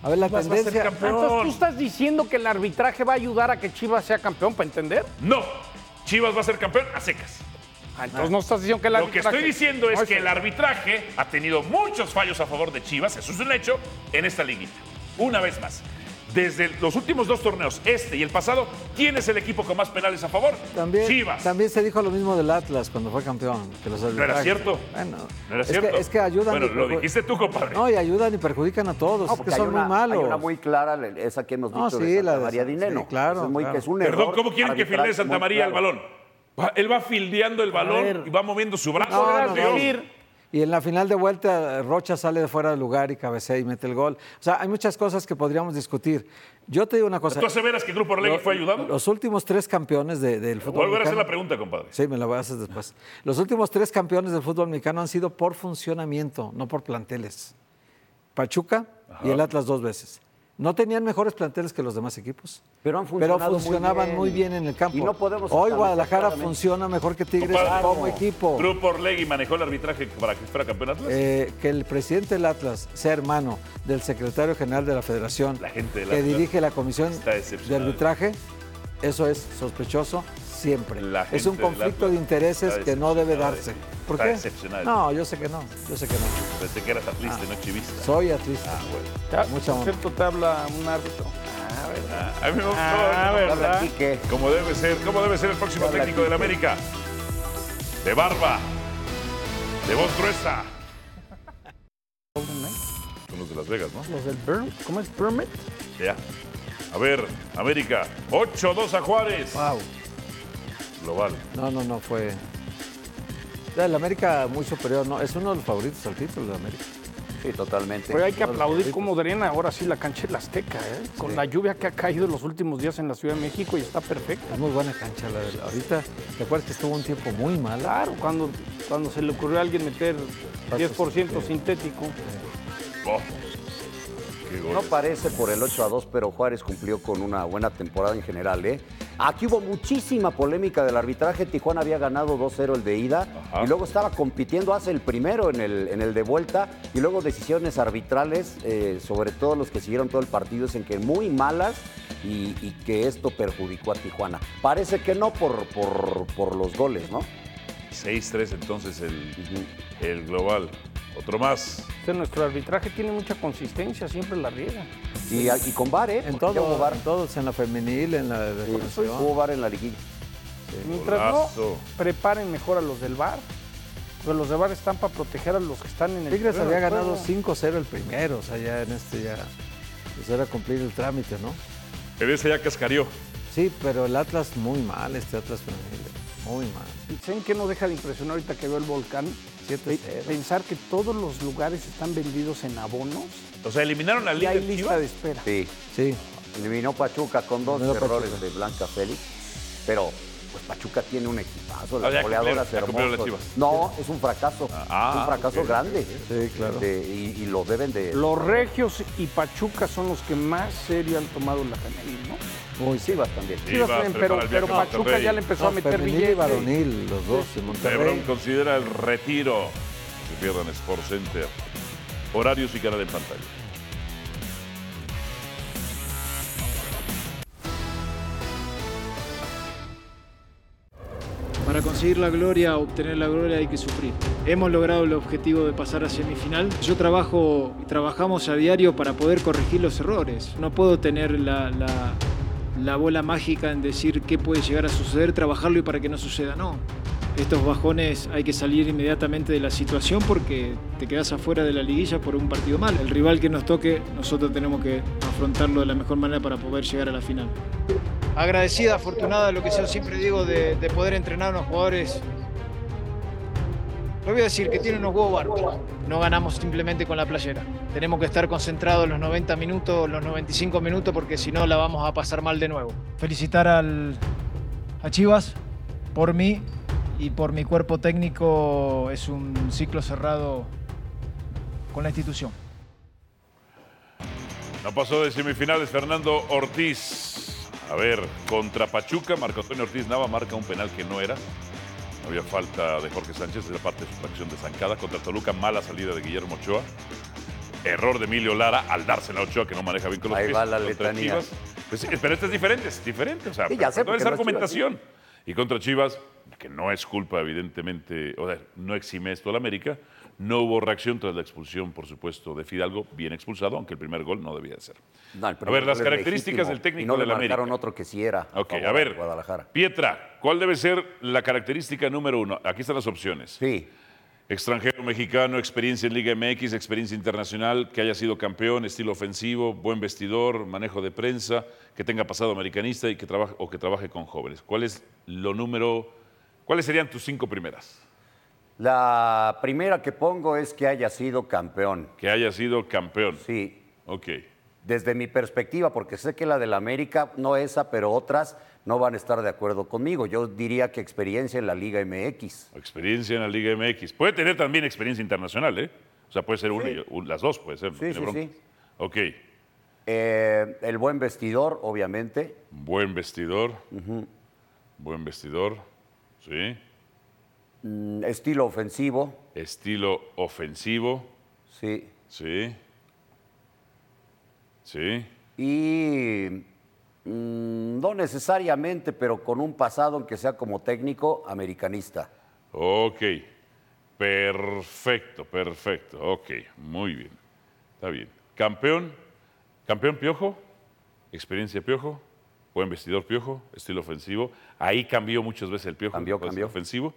A ver, la
Chivas va a ser
tendencia.
campeón.
Ah, Entonces tú estás diciendo que el arbitraje va a ayudar a que Chivas sea campeón, ¿para entender?
no. Chivas va a ser campeón a secas.
Ah, entonces no estás diciendo que el
Lo que
arbitraje...
estoy diciendo es
No,
que el arbitraje ha tenido muchos fallos a favor de Chivas, eso es un hecho, en esta liguilla. Una vez más. Desde los últimos dos torneos, este y el pasado, ¿quién es el equipo con más penales a favor?
También,
Chivas.
también se dijo lo mismo del Atlas cuando fue campeón. Que los
No era
arbitrajes-
cierto.
Bueno,
no era
es,
cierto.
Que, es que ayudan.
Bueno,
y
lo
perju-
dijiste tú, compadre.
No, y ayudan y perjudican a todos.
No,
es que
porque hay
pues son
una,
muy malos.
Hay una muy clara, le- esa que hemos
No,
dicho
sí,
de
la
Santa
de-
María
sí,
Dineno.
claro,
Eso es muy-
claro.
que es un
Perdón,
error
¿cómo quieren que
arbitral
fildee Santa
muy
María el
claro.
balón? Va- Él va fildeando el balón
ver.
y va moviendo su brazo.
No,
podrás
no, no.
Dios.
decir...
Y en la final de vuelta, Rocha sale de fuera del lugar y cabecea y mete el gol. O sea, hay muchas cosas que podríamos discutir. Yo te digo una cosa.
¿Tú aseveras que Grupo Orlegui
Lo-
fue ayudado?
Los últimos tres campeones de- del fútbol
Volver a hacer
mexicano-
la pregunta, compadre.
Sí, me la voy a hacer después. Los últimos tres campeones del fútbol mexicano han sido por funcionamiento, no por planteles. Pachuca y el Atlas dos veces. No tenían mejores planteles que los demás equipos.
Pero han funcionado muy
funcionaban muy bien.
bien.
en el campo.
Y no podemos
Hoy
sacarlos
Guadalajara
claramente.
funciona mejor que Tigres
Compadre,
como equipo.
Grupo Orlegui manejó el arbitraje para que fuera campeón Atlas.
Eh, que el presidente del Atlas sea hermano del secretario general de la federación
La gente del
que
Atlas
dirige la comisión
está
de
decepcionada.
arbitraje, eso es sospechoso siempre.
La gente
Es un
del
conflicto
Atlas
de intereses
está
que no debe
decepcionada
darse.
de ti.
¿Por
Está
qué?
decepcionada de
No, yo sé que no, yo sé que no.
Pensé que eras atlista, y
ah,
no chivista.
Soy atlista.
Ah,
Mucha
por
onda.
cierto, te habla un árbitro.
Ah, a mí me gustó.
Ah,
Habla
¿verdad?
aquí que-
Como debe ser, como debe ser el próximo
Habla
técnico del
Quique.
América. De barba, de voz gruesa. Son los de Las Vegas, ¿no?
Los del Perm- ¿Cómo es? Permit.
Ya. A ver, América, 8-2 a Juárez.
Wow.
Global.
No, no, no fue. Ya, El América muy superior, no, es uno de los favoritos al título de América.
Sí, totalmente.
Pero hay que aplaudir cómo drena ahora sí la cancha del Azteca, ¿eh? Con la lluvia que ha caído en los últimos días en la Ciudad de México y está perfecta.
Es muy buena cancha la de ahorita. ¿Te acuerdas que estuvo un tiempo muy mal?
Claro, cuando, cuando se le ocurrió a alguien meter 10% sintético.
Oh, qué gol.
No parece por el 8 a 2, pero Juárez cumplió con una buena temporada en general. ¿eh? Aquí hubo muchísima polémica del arbitraje. Tijuana había ganado 2-0 el de ida
Ajá.
y luego estaba compitiendo hace el primero en el, en el de vuelta. Y luego decisiones arbitrales, eh, sobre todo los que siguieron todo el partido, es en que muy malas y, y que esto perjudicó a Tijuana. Parece que no por, por, por los goles, ¿no?
6-3 entonces el, el global. Otro más.
Este, nuestro arbitraje tiene mucha consistencia, siempre la riega.
Y, y con VAR, ¿eh?
En
Porque ya hubo
todo,
VAR.
en todos, en la femenil, en la de formación.
Hubo VAR en la liguilla.
Mientras no,
golazo.
preparen mejor a los del bar. Pero los del bar están para proteger a los que están en el
Tigres
terreno
había
de
ganado
juego.
5-0 el primero, o sea, ya en este ya pues era cumplir el trámite, ¿no?
En ese ya cascarió.
Sí, pero el Atlas muy mal, este Atlas femenil, muy mal.
¿Y ¿Saben qué no deja de impresionar ahorita que veo el volcán?
Siete
Pe-
cero.
Pensar que todos los lugares están vendidos en abonos
O sea, eliminaron al
y hay
líder
lista
Chivas.
de espera.
Sí.
Sí,
Eliminó Pachuca con dos
Eliminó
errores
Pachuca.
de Blanca Félix, pero pues Pachuca tiene un equipazo,
Ah,
las
ya
goleadoras
cumplieron, ya cumplieron
hermosas.
las Chivas.
No, es un fracaso,
ah,
es un fracaso
ok,
grande.
Sí, claro.
De- y, y lo deben de...
Los regios y Pachuca son los que más serio han tomado la femenil, ¿no?
Hoy Chivas también.
Chivas,
también,
prepara
pero,
el viaje
pero
a
Pachuca
Monterrey.
ya le empezó a
No,
meter
femenil y
billete.
varonil, los dos en
Lebron
Monterrey.
considera el retiro. No Se pierdan Sport Center. Horarios y canal en pantalla.
Para conseguir la gloria, obtener la gloria hay que sufrir. Hemos logrado el objetivo de pasar a semifinal. Yo trabajo y trabajamos a diario para poder corregir los errores. No puedo tener la, la- la bola mágica en decir qué puede llegar a suceder, trabajarlo y para que no suceda, no. Estos bajones hay que salir inmediatamente de la situación porque te quedas afuera de la liguilla por un partido mal. El rival que nos toque, nosotros tenemos que afrontarlo de la mejor manera para poder llegar a la final agradecida, afortunada, lo que yo siempre digo, de, de poder entrenar a unos jugadores. Lo voy a decir, que tienen unos huevos bárbaros. No ganamos simplemente con la playera. Tenemos que estar concentrados los 90 minutos, los 95 minutos, porque si no la vamos a pasar mal de nuevo. Felicitar al, a Chivas por mí y por mi cuerpo técnico. Es un ciclo cerrado con la institución.
No pasó de semifinales Fernando Ortiz. A ver, contra Pachuca, Marco Antonio Ortiz Nava marca un penal que no era. No había falta de Jorge Sánchez de la parte de sustracción de Zancada. Contra Toluca, mala salida de Guillermo Ochoa. Error de Emilio Lara al dársela a Ochoa, que no maneja bien con los
Ahí
pies.
va la
Contra
letanía.
Chivas. Pues sí, pero este es diferente, es diferente. O sea,
Sí, ya sé,
pero es
porque no es
argumentación. Y contra Chivas, que no es culpa, evidentemente, o sea, no exime esto al América, no hubo reacción tras la expulsión, por supuesto, de Fidalgo, bien expulsado, aunque el primer gol no debía de ser.
No, el
a ver,
primer
las
gol es
características
legítimo,
del técnico
y no le
del América.
marcaron otro que sí era.
Ok,
favor
a
de
ver.
Guadalajara.
Pietra, ¿cuál debe ser la característica número uno? Aquí están las opciones.
Sí.
Extranjero mexicano, experiencia en Liga MX, experiencia internacional, que haya sido campeón, estilo ofensivo, buen vestidor, manejo de prensa, que tenga pasado americanista y que trabaje o que trabaje con jóvenes. ¿Cuál es lo número? ¿Cuáles serían tus cinco primeras?
La primera que pongo es que haya sido campeón.
Que haya sido campeón.
Sí,
Ok.
desde mi perspectiva, porque sé que la del América, no esa, pero otras, no van a estar de acuerdo conmigo. Yo diría que experiencia en la Liga MX.
Experiencia en la Liga MX. Puede tener también experiencia internacional, ¿eh? O sea, puede ser una y un- las dos, puede ser. no
Sí,
tiene
sí,
bronca.
sí.
Ok.
Eh, el buen vestidor, obviamente.
Buen vestidor. Buen vestidor. Sí.
Mm, Estilo ofensivo,
Estilo ofensivo.
sí.
Sí. Sí.
Y mm, no necesariamente, pero con un pasado, aunque sea como técnico, americanista.
Ok. Perfecto, perfecto. Ok, muy bien. Está bien. Campeón. Campeón Piojo. Experiencia Piojo. Buen vestidor Piojo. Estilo ofensivo. Ahí cambió muchas veces el Piojo.
Cambió,
Pasado
cambió.
Ofensivo.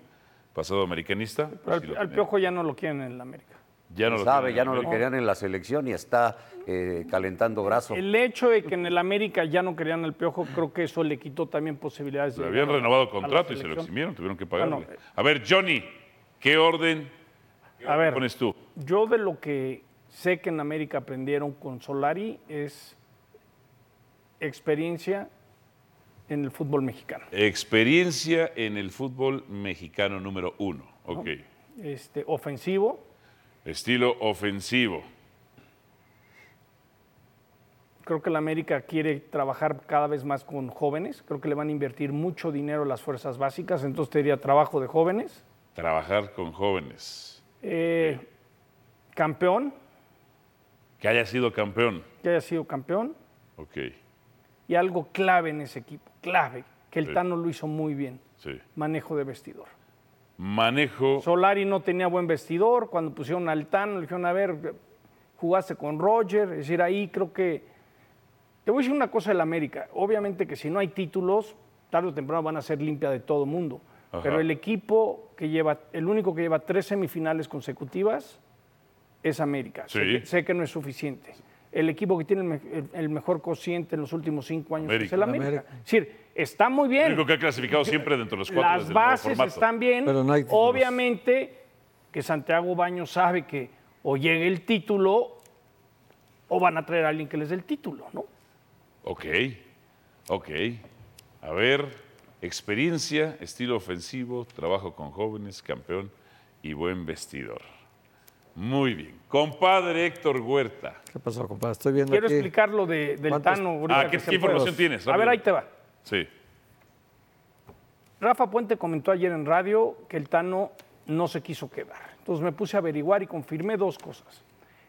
Pasado americanista.
Pero
sí
al,
lo
al
tenía.
Piojo ya no lo quieren en la América.
Ya no lo
Sabe,
tiene
ya
en
no lo
América.
querían en la selección y está eh, calentando brazo.
El hecho de que en el América ya no querían al Piojo, creo que eso le quitó también posibilidades.
Le
de
habían
ganar
renovado
a la
contrato y se lo
selección.
eximieron, tuvieron que pagarle.
Bueno, eh.
A ver, Johnny, ¿qué orden
A ver,
pones tú?
Yo de lo que sé que en América aprendieron con Solari es experiencia en el fútbol mexicano.
Experiencia en el fútbol mexicano número uno. Ok.
Este, ofensivo,
Estilo ofensivo.
creo que la América quiere trabajar cada vez más con jóvenes, creo que le van a invertir mucho dinero a las fuerzas básicas, entonces te diría trabajo de jóvenes.
Trabajar con jóvenes.
Eh, Campeón,
Que haya sido campeón.
que haya sido campeón,
Ok.
y algo clave en ese equipo, clave, que el
Sí.
Tano lo hizo muy bien,
Sí.
manejo de vestidor.
Manejo.
Solari no tenía buen vestidor, cuando pusieron al Tano, le dijeron, a ver, jugaste con Roger, es decir, ahí creo que... Te voy a decir una cosa del América, obviamente que si no hay títulos, tarde o temprano van a ser limpia de todo mundo,
Ajá.
pero el equipo que lleva, el único que lleva tres semifinales consecutivas es América. Sé,
Sí.
que, sé que no es suficiente. El equipo que tiene el, me- el- el mejor cociente en los últimos cinco años es
América.
el América. Es decir, está muy bien.
el único que ha clasificado siempre dentro de los cuatro. desde
Las
el nuevo
bases
formato.
están bien.
Pero no hay títulos.
Obviamente que Santiago Baños sabe que o llegue el título o van a traer a alguien que les dé el título, ¿no?
Ok. Ok. A ver. Experiencia, estilo ofensivo, trabajo con jóvenes, campeón y buen vestidor. Muy bien. Compadre Héctor Huerta.
¿Qué pasó, compadre? Estoy viendo
Quiero
aquí.
explicar lo de, del
¿Cuántos-
Tano. ahorita
Ah,
que
¿qué,
se
qué
fue.
información tienes?
A ver,
Rápido.
ahí te va.
Sí.
Rafa Puente comentó ayer en radio que el Tano no se quiso quedar. Entonces me puse a averiguar y confirmé dos cosas.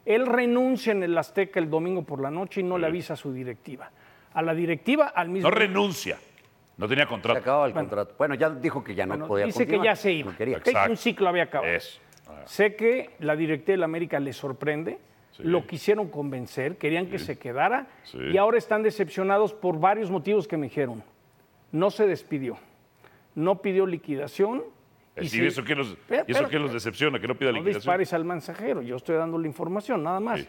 Él renuncia en el Azteca el domingo por la noche y no le avisa a su directiva. A la directiva, al mismo
No renuncia. No tenía
Se
contrato.
acababa el contrato. Bueno, ya dijo que ya no
Bueno,
podía
dice que ya
continuar,
se iba.
no quería.
Que
Exacto.
un ciclo había acabado.
Eso.
Sé que la directiva de la América le sorprende.
Sí.
Lo quisieron convencer, querían que se quedara
Sí.
y ahora están decepcionados por varios motivos que me dijeron. No se despidió, no pidió liquidación.
¿Y,
se-
eso qué los,
Pero-
y eso
pero-
qué los decepciona? Que no pida
no
liquidación.
dispares al mensajero, yo estoy dando la información, nada más.
Sí.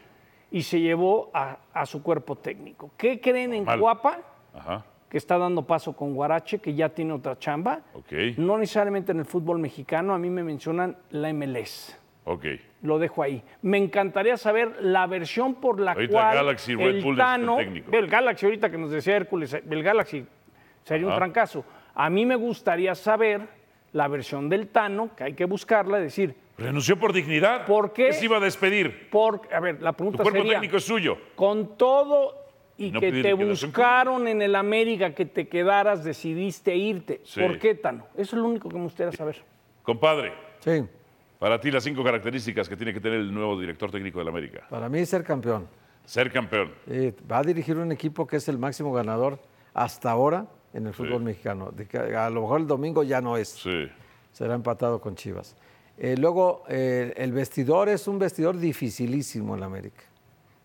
Y se llevó a, a su cuerpo técnico. ¿Qué creen
Normal.
en Guapa?
Ajá.
Que está dando paso con Guarache, que ya tiene otra chamba.
Ok.
No necesariamente en el fútbol mexicano, a mí me mencionan la E MLS.
Ok.
Lo dejo ahí. Me encantaría saber la versión por la
Ahorita
cual
Galaxy Red
el
Bull es el
Tano,
técnico.
el Galaxy ahorita que nos decía Hércules, el Galaxy sería
Ajá.
un trancazo. A mí me gustaría saber la versión del Tano, que hay que buscarla, decir,
Renunció por dignidad.
¿Por qué?
se iba a despedir?
por, a ver, la
Tu
pregunta
cuerpo
sería,
técnico es suyo.
con todo y
No
que
pedir
te
liquidación.
buscaron en el América que te quedaras, decidiste irte.
Sí.
¿Por qué Tano? Eso es lo único que me gustaría saber.
Compadre,
Sí,
para ti las cinco características que tiene que tener el nuevo director técnico del América.
para mí ser campeón.
Ser campeón.
Eh, va a dirigir un equipo que es el máximo ganador hasta ahora en el fútbol mexicano. De que a lo mejor el domingo ya no es.
Sí.
será empatado con Chivas. Eh, luego, eh, el vestidor es un vestidor dificilísimo en la América.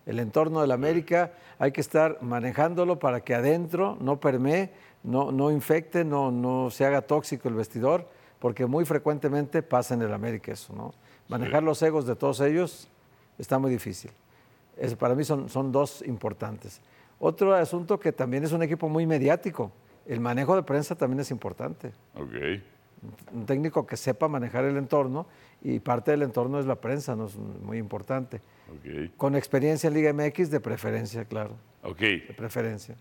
El entorno de la América hay que estar manejándolo para que adentro no permee, no, no infecte, no, no se haga tóxico el vestidor, porque muy frecuentemente pasa en el América eso, ¿no? Manejar los egos de todos ellos está muy difícil. Es- para mí son, son dos importantes. Otro asunto que también es un equipo muy mediático, el manejo de prensa también es importante
Ok.
un técnico que sepa manejar el entorno y parte del entorno es la prensa, ¿no? es muy importante.
Ok.
Con experiencia en Liga MX de preferencia, claro,
Ok.
de preferencia.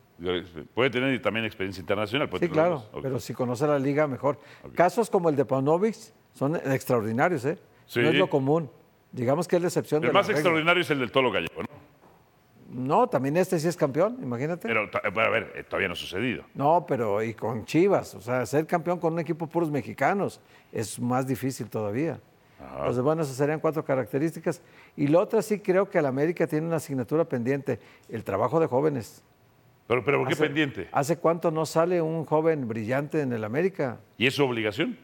Puede tener también experiencia internacional. puede
Sí,
tener
claro,
ambas. Pues Ok.
pero si conoce la liga mejor. Casos como el de Panovic son extraordinarios, ¿eh?
Sí.
No es lo común. Digamos que es la excepción
El
de
más
la regla.
extraordinario es el del Tolo Gallego, ¿no?
No, también este sí es campeón, imagínate.
Pero, ta- bueno, a ver, eh, todavía no ha sucedido.
No, pero y con Chivas, o sea, ser campeón con un equipo puros mexicanos es más difícil todavía. Entonces, bueno, esas serían cuatro características. Y la otra sí creo que la América tiene una asignatura pendiente, el trabajo de jóvenes.
Pero, pero ¿por qué
Hace-
pendiente?
¿Hace cuánto no sale un joven brillante en el América?
¿Y es su obligación?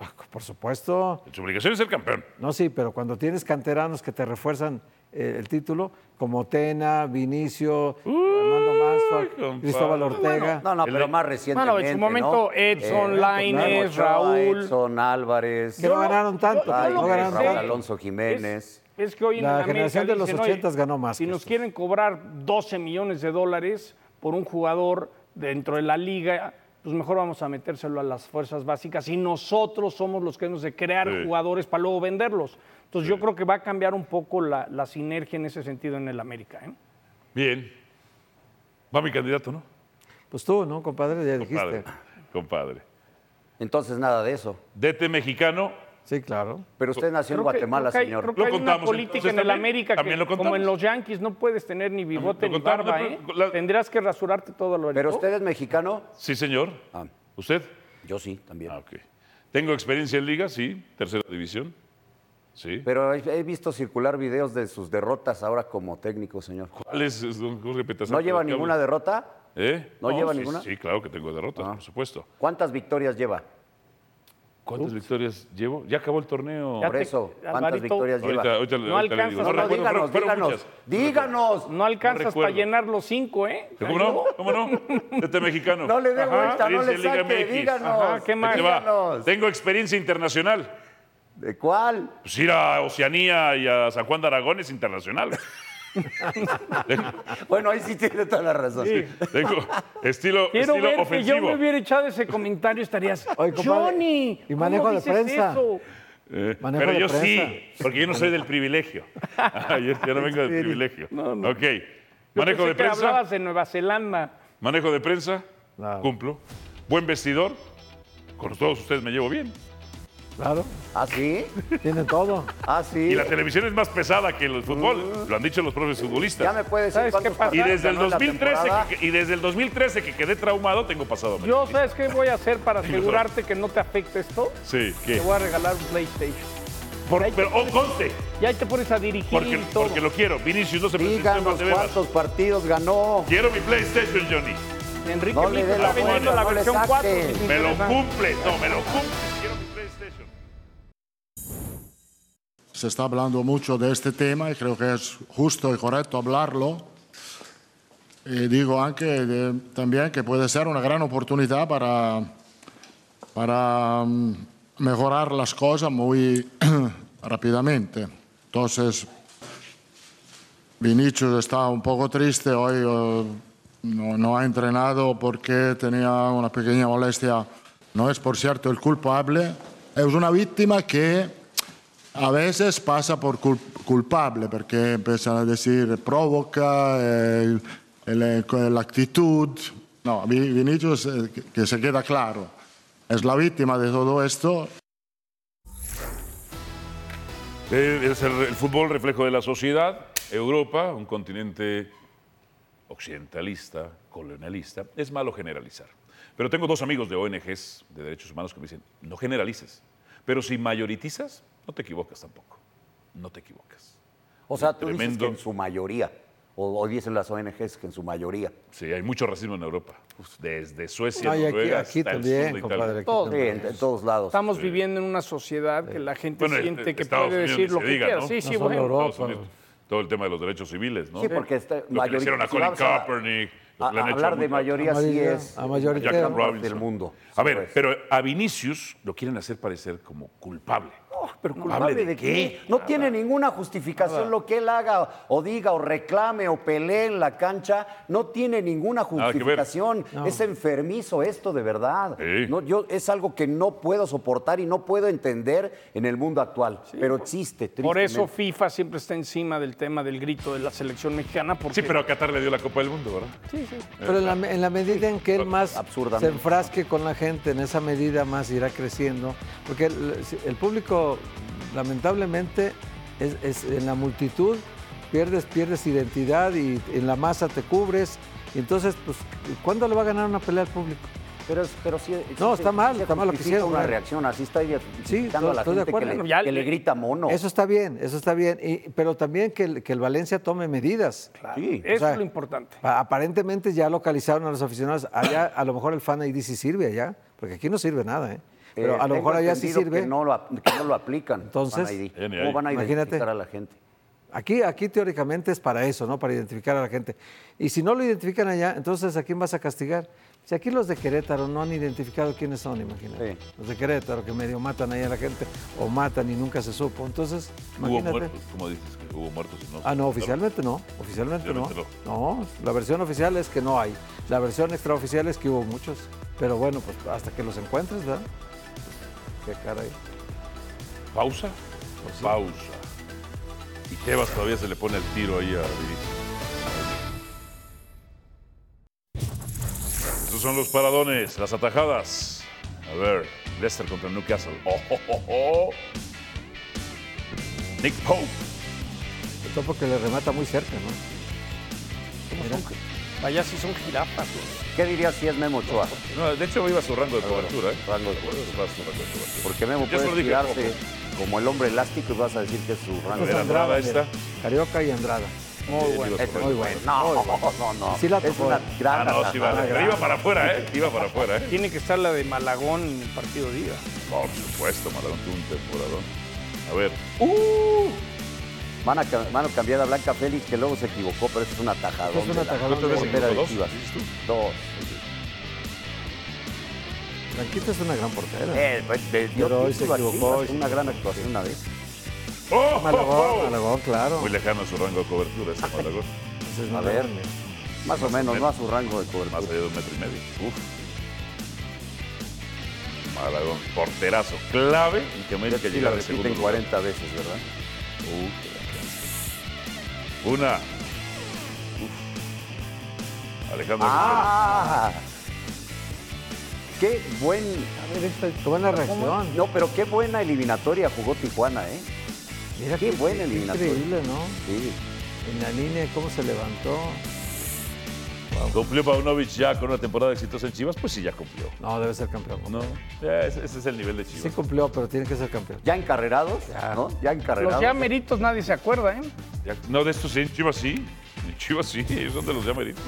Ah, Por supuesto.
Su obligación es ser campeón.
No, sí, pero cuando tienes canteranos que te refuerzan eh, el título, como Tena, Vinicio, Armando Manso,
compadre.
Cristóbal Ortega.
No, no,
El
pero
de-
más recientemente.
Bueno, en su momento,
¿no? Eh,
Edson,
claro,
Lainez,
Ochoa,
Raúl.
Edson Álvarez.
Que no ganaron tanto,
Ay,
no
Raúl
ganaron tanto.
Alonso Jiménez.
Es, es que hoy en
La
el América
generación de los
dicen, "Oye,
80s ganó más
Si
que
nos
estos".
quieren cobrar 12 millones de dólares por un jugador dentro de la liga, pues mejor vamos a metérselo a las fuerzas básicas y nosotros somos los que nos de crear
Sí.
jugadores para luego venderlos. Entonces yo creo que va a cambiar un poco la, la sinergia en ese sentido en el América. ¿eh?
Bien. Va mi candidato, ¿no?
Pues tú, ¿no, compadre? Ya dijiste.
Compadre. Compadre.
Entonces, nada de eso.
DT mexicano.
Sí, claro.
Pero usted nació en
Creo que-
Guatemala,
creo que hay-
señor.
creo que
Lo
hay
contamos,
una política
entonces,
en el
también.
América
También lo
que,
contamos.
como en los Yankees, no puedes tener ni bigote ni
contamos,
barba.
no,
¿eh?
pero la-
Tendrás que rasurarte todo lo
Pero usted es mexicano.
Sí, señor.
Ah.
¿Usted?
Yo sí, también.
Ah, ok. Tengo experiencia en liga, sí. Tercera división. Sí.
Pero he, he visto circular videos de sus derrotas ahora como técnico, señor.
¿Cuál es, es, don Jorge Petazato?
¿No lleva
¿De qué
ninguna
hablas?
derrota?
¿Eh?
¿No lleva
sí,
ninguna? Ah.
Sí, claro que tengo derrotas, por supuesto.
¿Cuántas victorias lleva?
¿Cuántas victorias llevo? Ya acabó el torneo.
Ya
Por
te-
eso, ¿cuántas
Alvarito,
victorias lleva?
Ahorita, ahorita,
No
ahorita le digo.
alcanzas,
No, no,
recuerdo,
díganos,
fueron
díganos.
muchas.
Díganos.
No alcanzas para
recuerdo.
llenar los cinco, ¿eh?
¿Cómo no? ¿Cómo no? DT mexicano.
No le dé
Ajá.
vuelta, no le
Experiencia en
saque.
Liga MX.
Díganos.
Ajá, ¿qué más?
Ahí te va.
Díganos.
Tengo experiencia internacional.
¿De cuál?
Pues ir a Oceanía y a San Juan de Aragón es internacional.
Bueno, ahí sí tiene toda la razón.
Tengo estilo,
Quiero
estilo
ver que yo
ofensivo.
me hubiera echado ese comentario, estarías.
Oye, compadre,
Johnny,
y manejo
¿cómo
de
dices
prensa.
eso?"
Eh,
Manejo
Pero
de
yo
prensa.
sí, porque yo no soy del privilegio. Ah, yo, yo no vengo del privilegio. Ok.
Yo
Manejo
pensé
de
que
prensa.
hablabas de Nueva Zelanda.
Manejo de prensa.
Claro.
Cumplo. Buen vestidor. Con todos ustedes me llevo bien.
Claro,
¿Ah, sí?
tienen todo.
¿Ah, sí?
Y la televisión es más pesada que el fútbol, lo han dicho los propios futbolistas.
Ya me puede decir
¿Sabes
cuántos
qué pasa?
Y
partidos
desde, el
ganó en la
2013
temporada.
que, y desde el 2013 que quedé traumado, tengo pasado. amarillo.
Yo, ¿sabes qué voy a hacer para asegurarte que no te afecte esto?
Sí, ¿qué?
Te voy a regalar un PlayStation.
Por- pero, oh, conste,
Y ahí te pones a dirigir
porque,
y todo.
porque lo quiero. Vinicius no se presentó en
Díganos
Valdebebas.
cuántos partidos ganó.
Quiero mi PlayStation, Johnny.
Enrique
No
no
le dé la
está vendiendo
vuelta,
la
no le
versión
saque.
4. sin
Me lo
internet.
cumple. No, me lo cumple. Quiero mi PlayStation.
Se está hablando mucho de este tema y creo que es justo y correcto hablarlo. Y digo aunque de- también que puede ser una gran oportunidad para, para mm, mejorar las cosas muy rápidamente. Entonces, Vinicius está un poco triste hoy, eh, no, no ha entrenado porque tenía una pequeña molestia. No es, por cierto, el culpable, es una víctima que a veces pasa por cul- culpable porque empiezan a decir provoca eh, el- el- la actitud. No, Vi- Vinicius, eh, que- que se queda claro, es la víctima de todo esto
Eh, Es el, el fútbol reflejo de la sociedad. Europa, un continente occidentalista, colonialista, es malo generalizar. Pero tengo dos amigos de ONGs de derechos humanos que me dicen, no generalices, pero si mayoritizas, no te equivocas tampoco. No te equivocas.
O sea, tú dices
Tremendo.
que en su mayoría. O, o dicen las ONGs que en su mayoría.
Sí, hay mucho racismo en Europa. Desde Suecia,
No, y aquí,
Noruega,
aquí
hasta el sur
también,
de
compadre.
Italia.
aquí
Todo.
Sí,
también.
en, en todos lados.
Estamos viviendo en una sociedad que la gente
Bueno,
siente
eh,
que
Estados
puede
Unidos
decir
ni
lo
se
que
diga,
quiera.
¿no?
Sí, sí,
No solo
bueno.
Europa.
Estados Unidos. Todo el tema de los derechos civiles, ¿no?
Sí, porque este,
lo que le hicieron a
mayorita-
Colin
si vamos a-
Kaepernick, lo
A-
que Pues le han
a
hecho
hablar de
muchas-
mayoría sí
mayoría,
es.
a mayoritero.
en gran
Jack
parte
Robinson.
del mundo.
A ver,
Sí, pues.
pero a Vinicius lo quieren hacer parecer como culpable.
¿Pero
¿culpable de qué?
No tiene ninguna justificación lo que él haga o diga o reclame o pelee en la cancha. No tiene ninguna
Nada que ver.
justificación. Es enfermizo esto, de verdad.
Sí.
No, yo, es algo que no puedo soportar y no puedo entender en el mundo actual. pero existe,
Por eso
tristemente.
FIFA siempre está encima del tema del grito de la selección mexicana. Porque
Sí, pero a Qatar le dio la Copa del Mundo, ¿verdad?
Sí, sí.
Pero en la, en la medida en que él más
Absurdamente.
se enfrasque con la gente, en esa medida más irá creciendo. Porque el, el público, lamentablemente, es, es- en la multitud pierdes, pierdes identidad y en la masa te cubres. Y entonces, pues, ¿cuándo le va a ganar una pelea al público?
Pero, es- pero sí-
No,
sí
está
se-
mal,
sí se
está mal lo que
justifica
hicieron,
una
mal.
reacción así está
Sí, estoy-
identificando a la
estoy de
gente que,
acuerdo.
le,
Ya
que
le-
le grita mono.
Eso está bien, eso está bien. Y- pero también que el, que el Valencia tome medidas.
Sí.
Eso
sea,
es lo importante.
Pa- Aparentemente ya localizaron a los aficionados. Allá a lo mejor el fan ID sí sirve allá, porque aquí no sirve nada, ¿eh? Pero
Eh,
a lo
tengo
mejor allá sí
entendido
sirve.
Que no lo, ap- que no lo aplican.
Entonces,
Fan ID.
Ya ni
¿cómo
ahí.
van a
Imagínate.
identificar a la gente?
Aquí, aquí teóricamente es para eso, ¿no? Para identificar a la gente. Y si no lo identifican allá, entonces ¿a quién vas a castigar? Si aquí los de Querétaro no han identificado quiénes son, imagínate.
Sí.
Los de Querétaro que medio matan ahí a la gente o matan y nunca se supo. Entonces,
Hubo
imagínate.
muertos, como dices, que hubo muertos. y
Ah, no, oficialmente no. Oficialmente no.
Oficialmente
No, la versión oficial es que no hay. La versión extraoficial es que hubo muchos. Pero bueno, pues hasta que los encuentres, ¿verdad? Pues, qué caray.
Pausa,
Pues
pausa. Y Tebas todavía se le pone el tiro ahí a Vinicius. Esos son los paradones, las atajadas. A ver, Leicester contra el Newcastle. Oh, oh, oh, oh. Nick Pope.
Esto porque le remata muy cerca, ¿no? Mira.
Allá sí son jirafas. güey.
¿Qué dirías si es Memo Ochoa?
No, de hecho iba a su rango de cobertura, ¿eh?
Ah, rango de
Iba a su rango de cobertura.
Porque Memo
Yo se lo
puede
dije,
tirarse como el hombre elástico y vas a decir que es su rango.
Pues Era
Andrada,
Andrada
mira.
esta.
Carioca y Andrada.
Muy bueno.
Este,
muy bueno.
No, no, no.
Sí la
es
tocó.
una gran
Ah, no, sí,
atajada.
vale. Pero iba para afuera, ¿eh? Iba para afuera, ¿eh?
Tiene que estar la de Malagón en el partido de ida.
Por supuesto, Maradona tuvo un temporadón. A ver,
Van a, ca- van a cambiar a Blanca Félix, que luego se equivocó, pero esto es un atajadón.
Es un
de la
atajadón.
¿cuántas veces
portera
equivocó?
de
¿Dos?
Chivas.
¿Dices
Dos.
Blanquita es una gran portera.
Eh, pues, le dio
Ah. Pero hoy se
título a
equivocó,
Chivas,
hoy se
Una gran actuación una vez.
tú? ¡Oh!
Malagón,
oh,
Malagón,
oh!
claro.
Muy lejano su rango de cobertura ese Malagón.
Ese es
A
Malagón,
ver,
mira.
más o menos, no a su rango de
Más
cobertura.
allá de un metro y medio. Uf. Malagón, porterazo clave y que merece
Sí,
que
la
llegar al segundo
repiten
lugar.
40 veces, ¿verdad?
Uf, qué la clase. Una. Uf. Alejandro.
¡Ah! Qué buen.
qué buena reacción.
No, pero qué buena eliminatoria jugó Tijuana, ¿eh?
Mira
qué buena eliminatoria.
Increíble, ¿no?
Sí.
En la línea, cómo se levantó.
¿Cumplió Paunovic ya con una temporada exitosa en Chivas? Pues sí, ya cumplió.
No, debe ser campeón.
No, ya ese, ese es el nivel de Chivas.
Sí cumplió, pero tiene que ser campeón.
Ya encarrerados, ¿no? Ya encarrerados.
Los ya meritos nadie se acuerda, ¿eh?
Ya- no, de estos sí, en Chivas sí. En Chivas sí, ellos son de los ya meritos.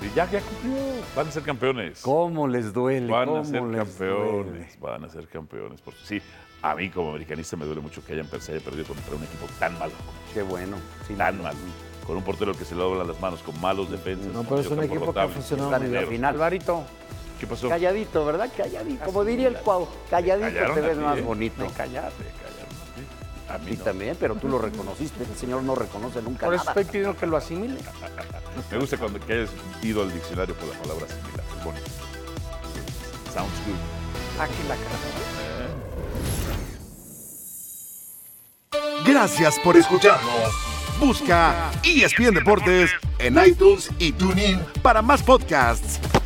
Sí, ya, ya cumplió. Van a ser campeones.
¿Cómo les duele?
Van a
cómo
ser
les duele.
campeones, van a ser campeones. Por... Sí, a mí como americanista me duele mucho que hayan per- se haya perdido contra un equipo tan malo,
Qué bueno. sí,
tan malo, con un portero que se le doblan las manos, con malos defensas.
No, pero es
con
un
tan
equipo que ha
borrotable.
funcionado
Están en la
Pero,
final.
Alvarito,
¿Qué pasó?
Calladito, ¿verdad? Calladito. Como diría el Cuau, calladito
callaron
te
a
ves
ti,
más
¿eh?
bonito.
Cállate, cállate. A mí
Y
no.
también, pero tú lo reconociste. Este señor no reconoce nunca
por eso
nada.
estoy pidiendo que lo asimile.
Me gusta cuando que hayas ido al diccionario por la palabra similar. Es bonito. Sounds good.
Aquí la cara.
Gracias por escucharnos. E Busca ESPN Deportes en iTunes y TuneIn para más podcasts.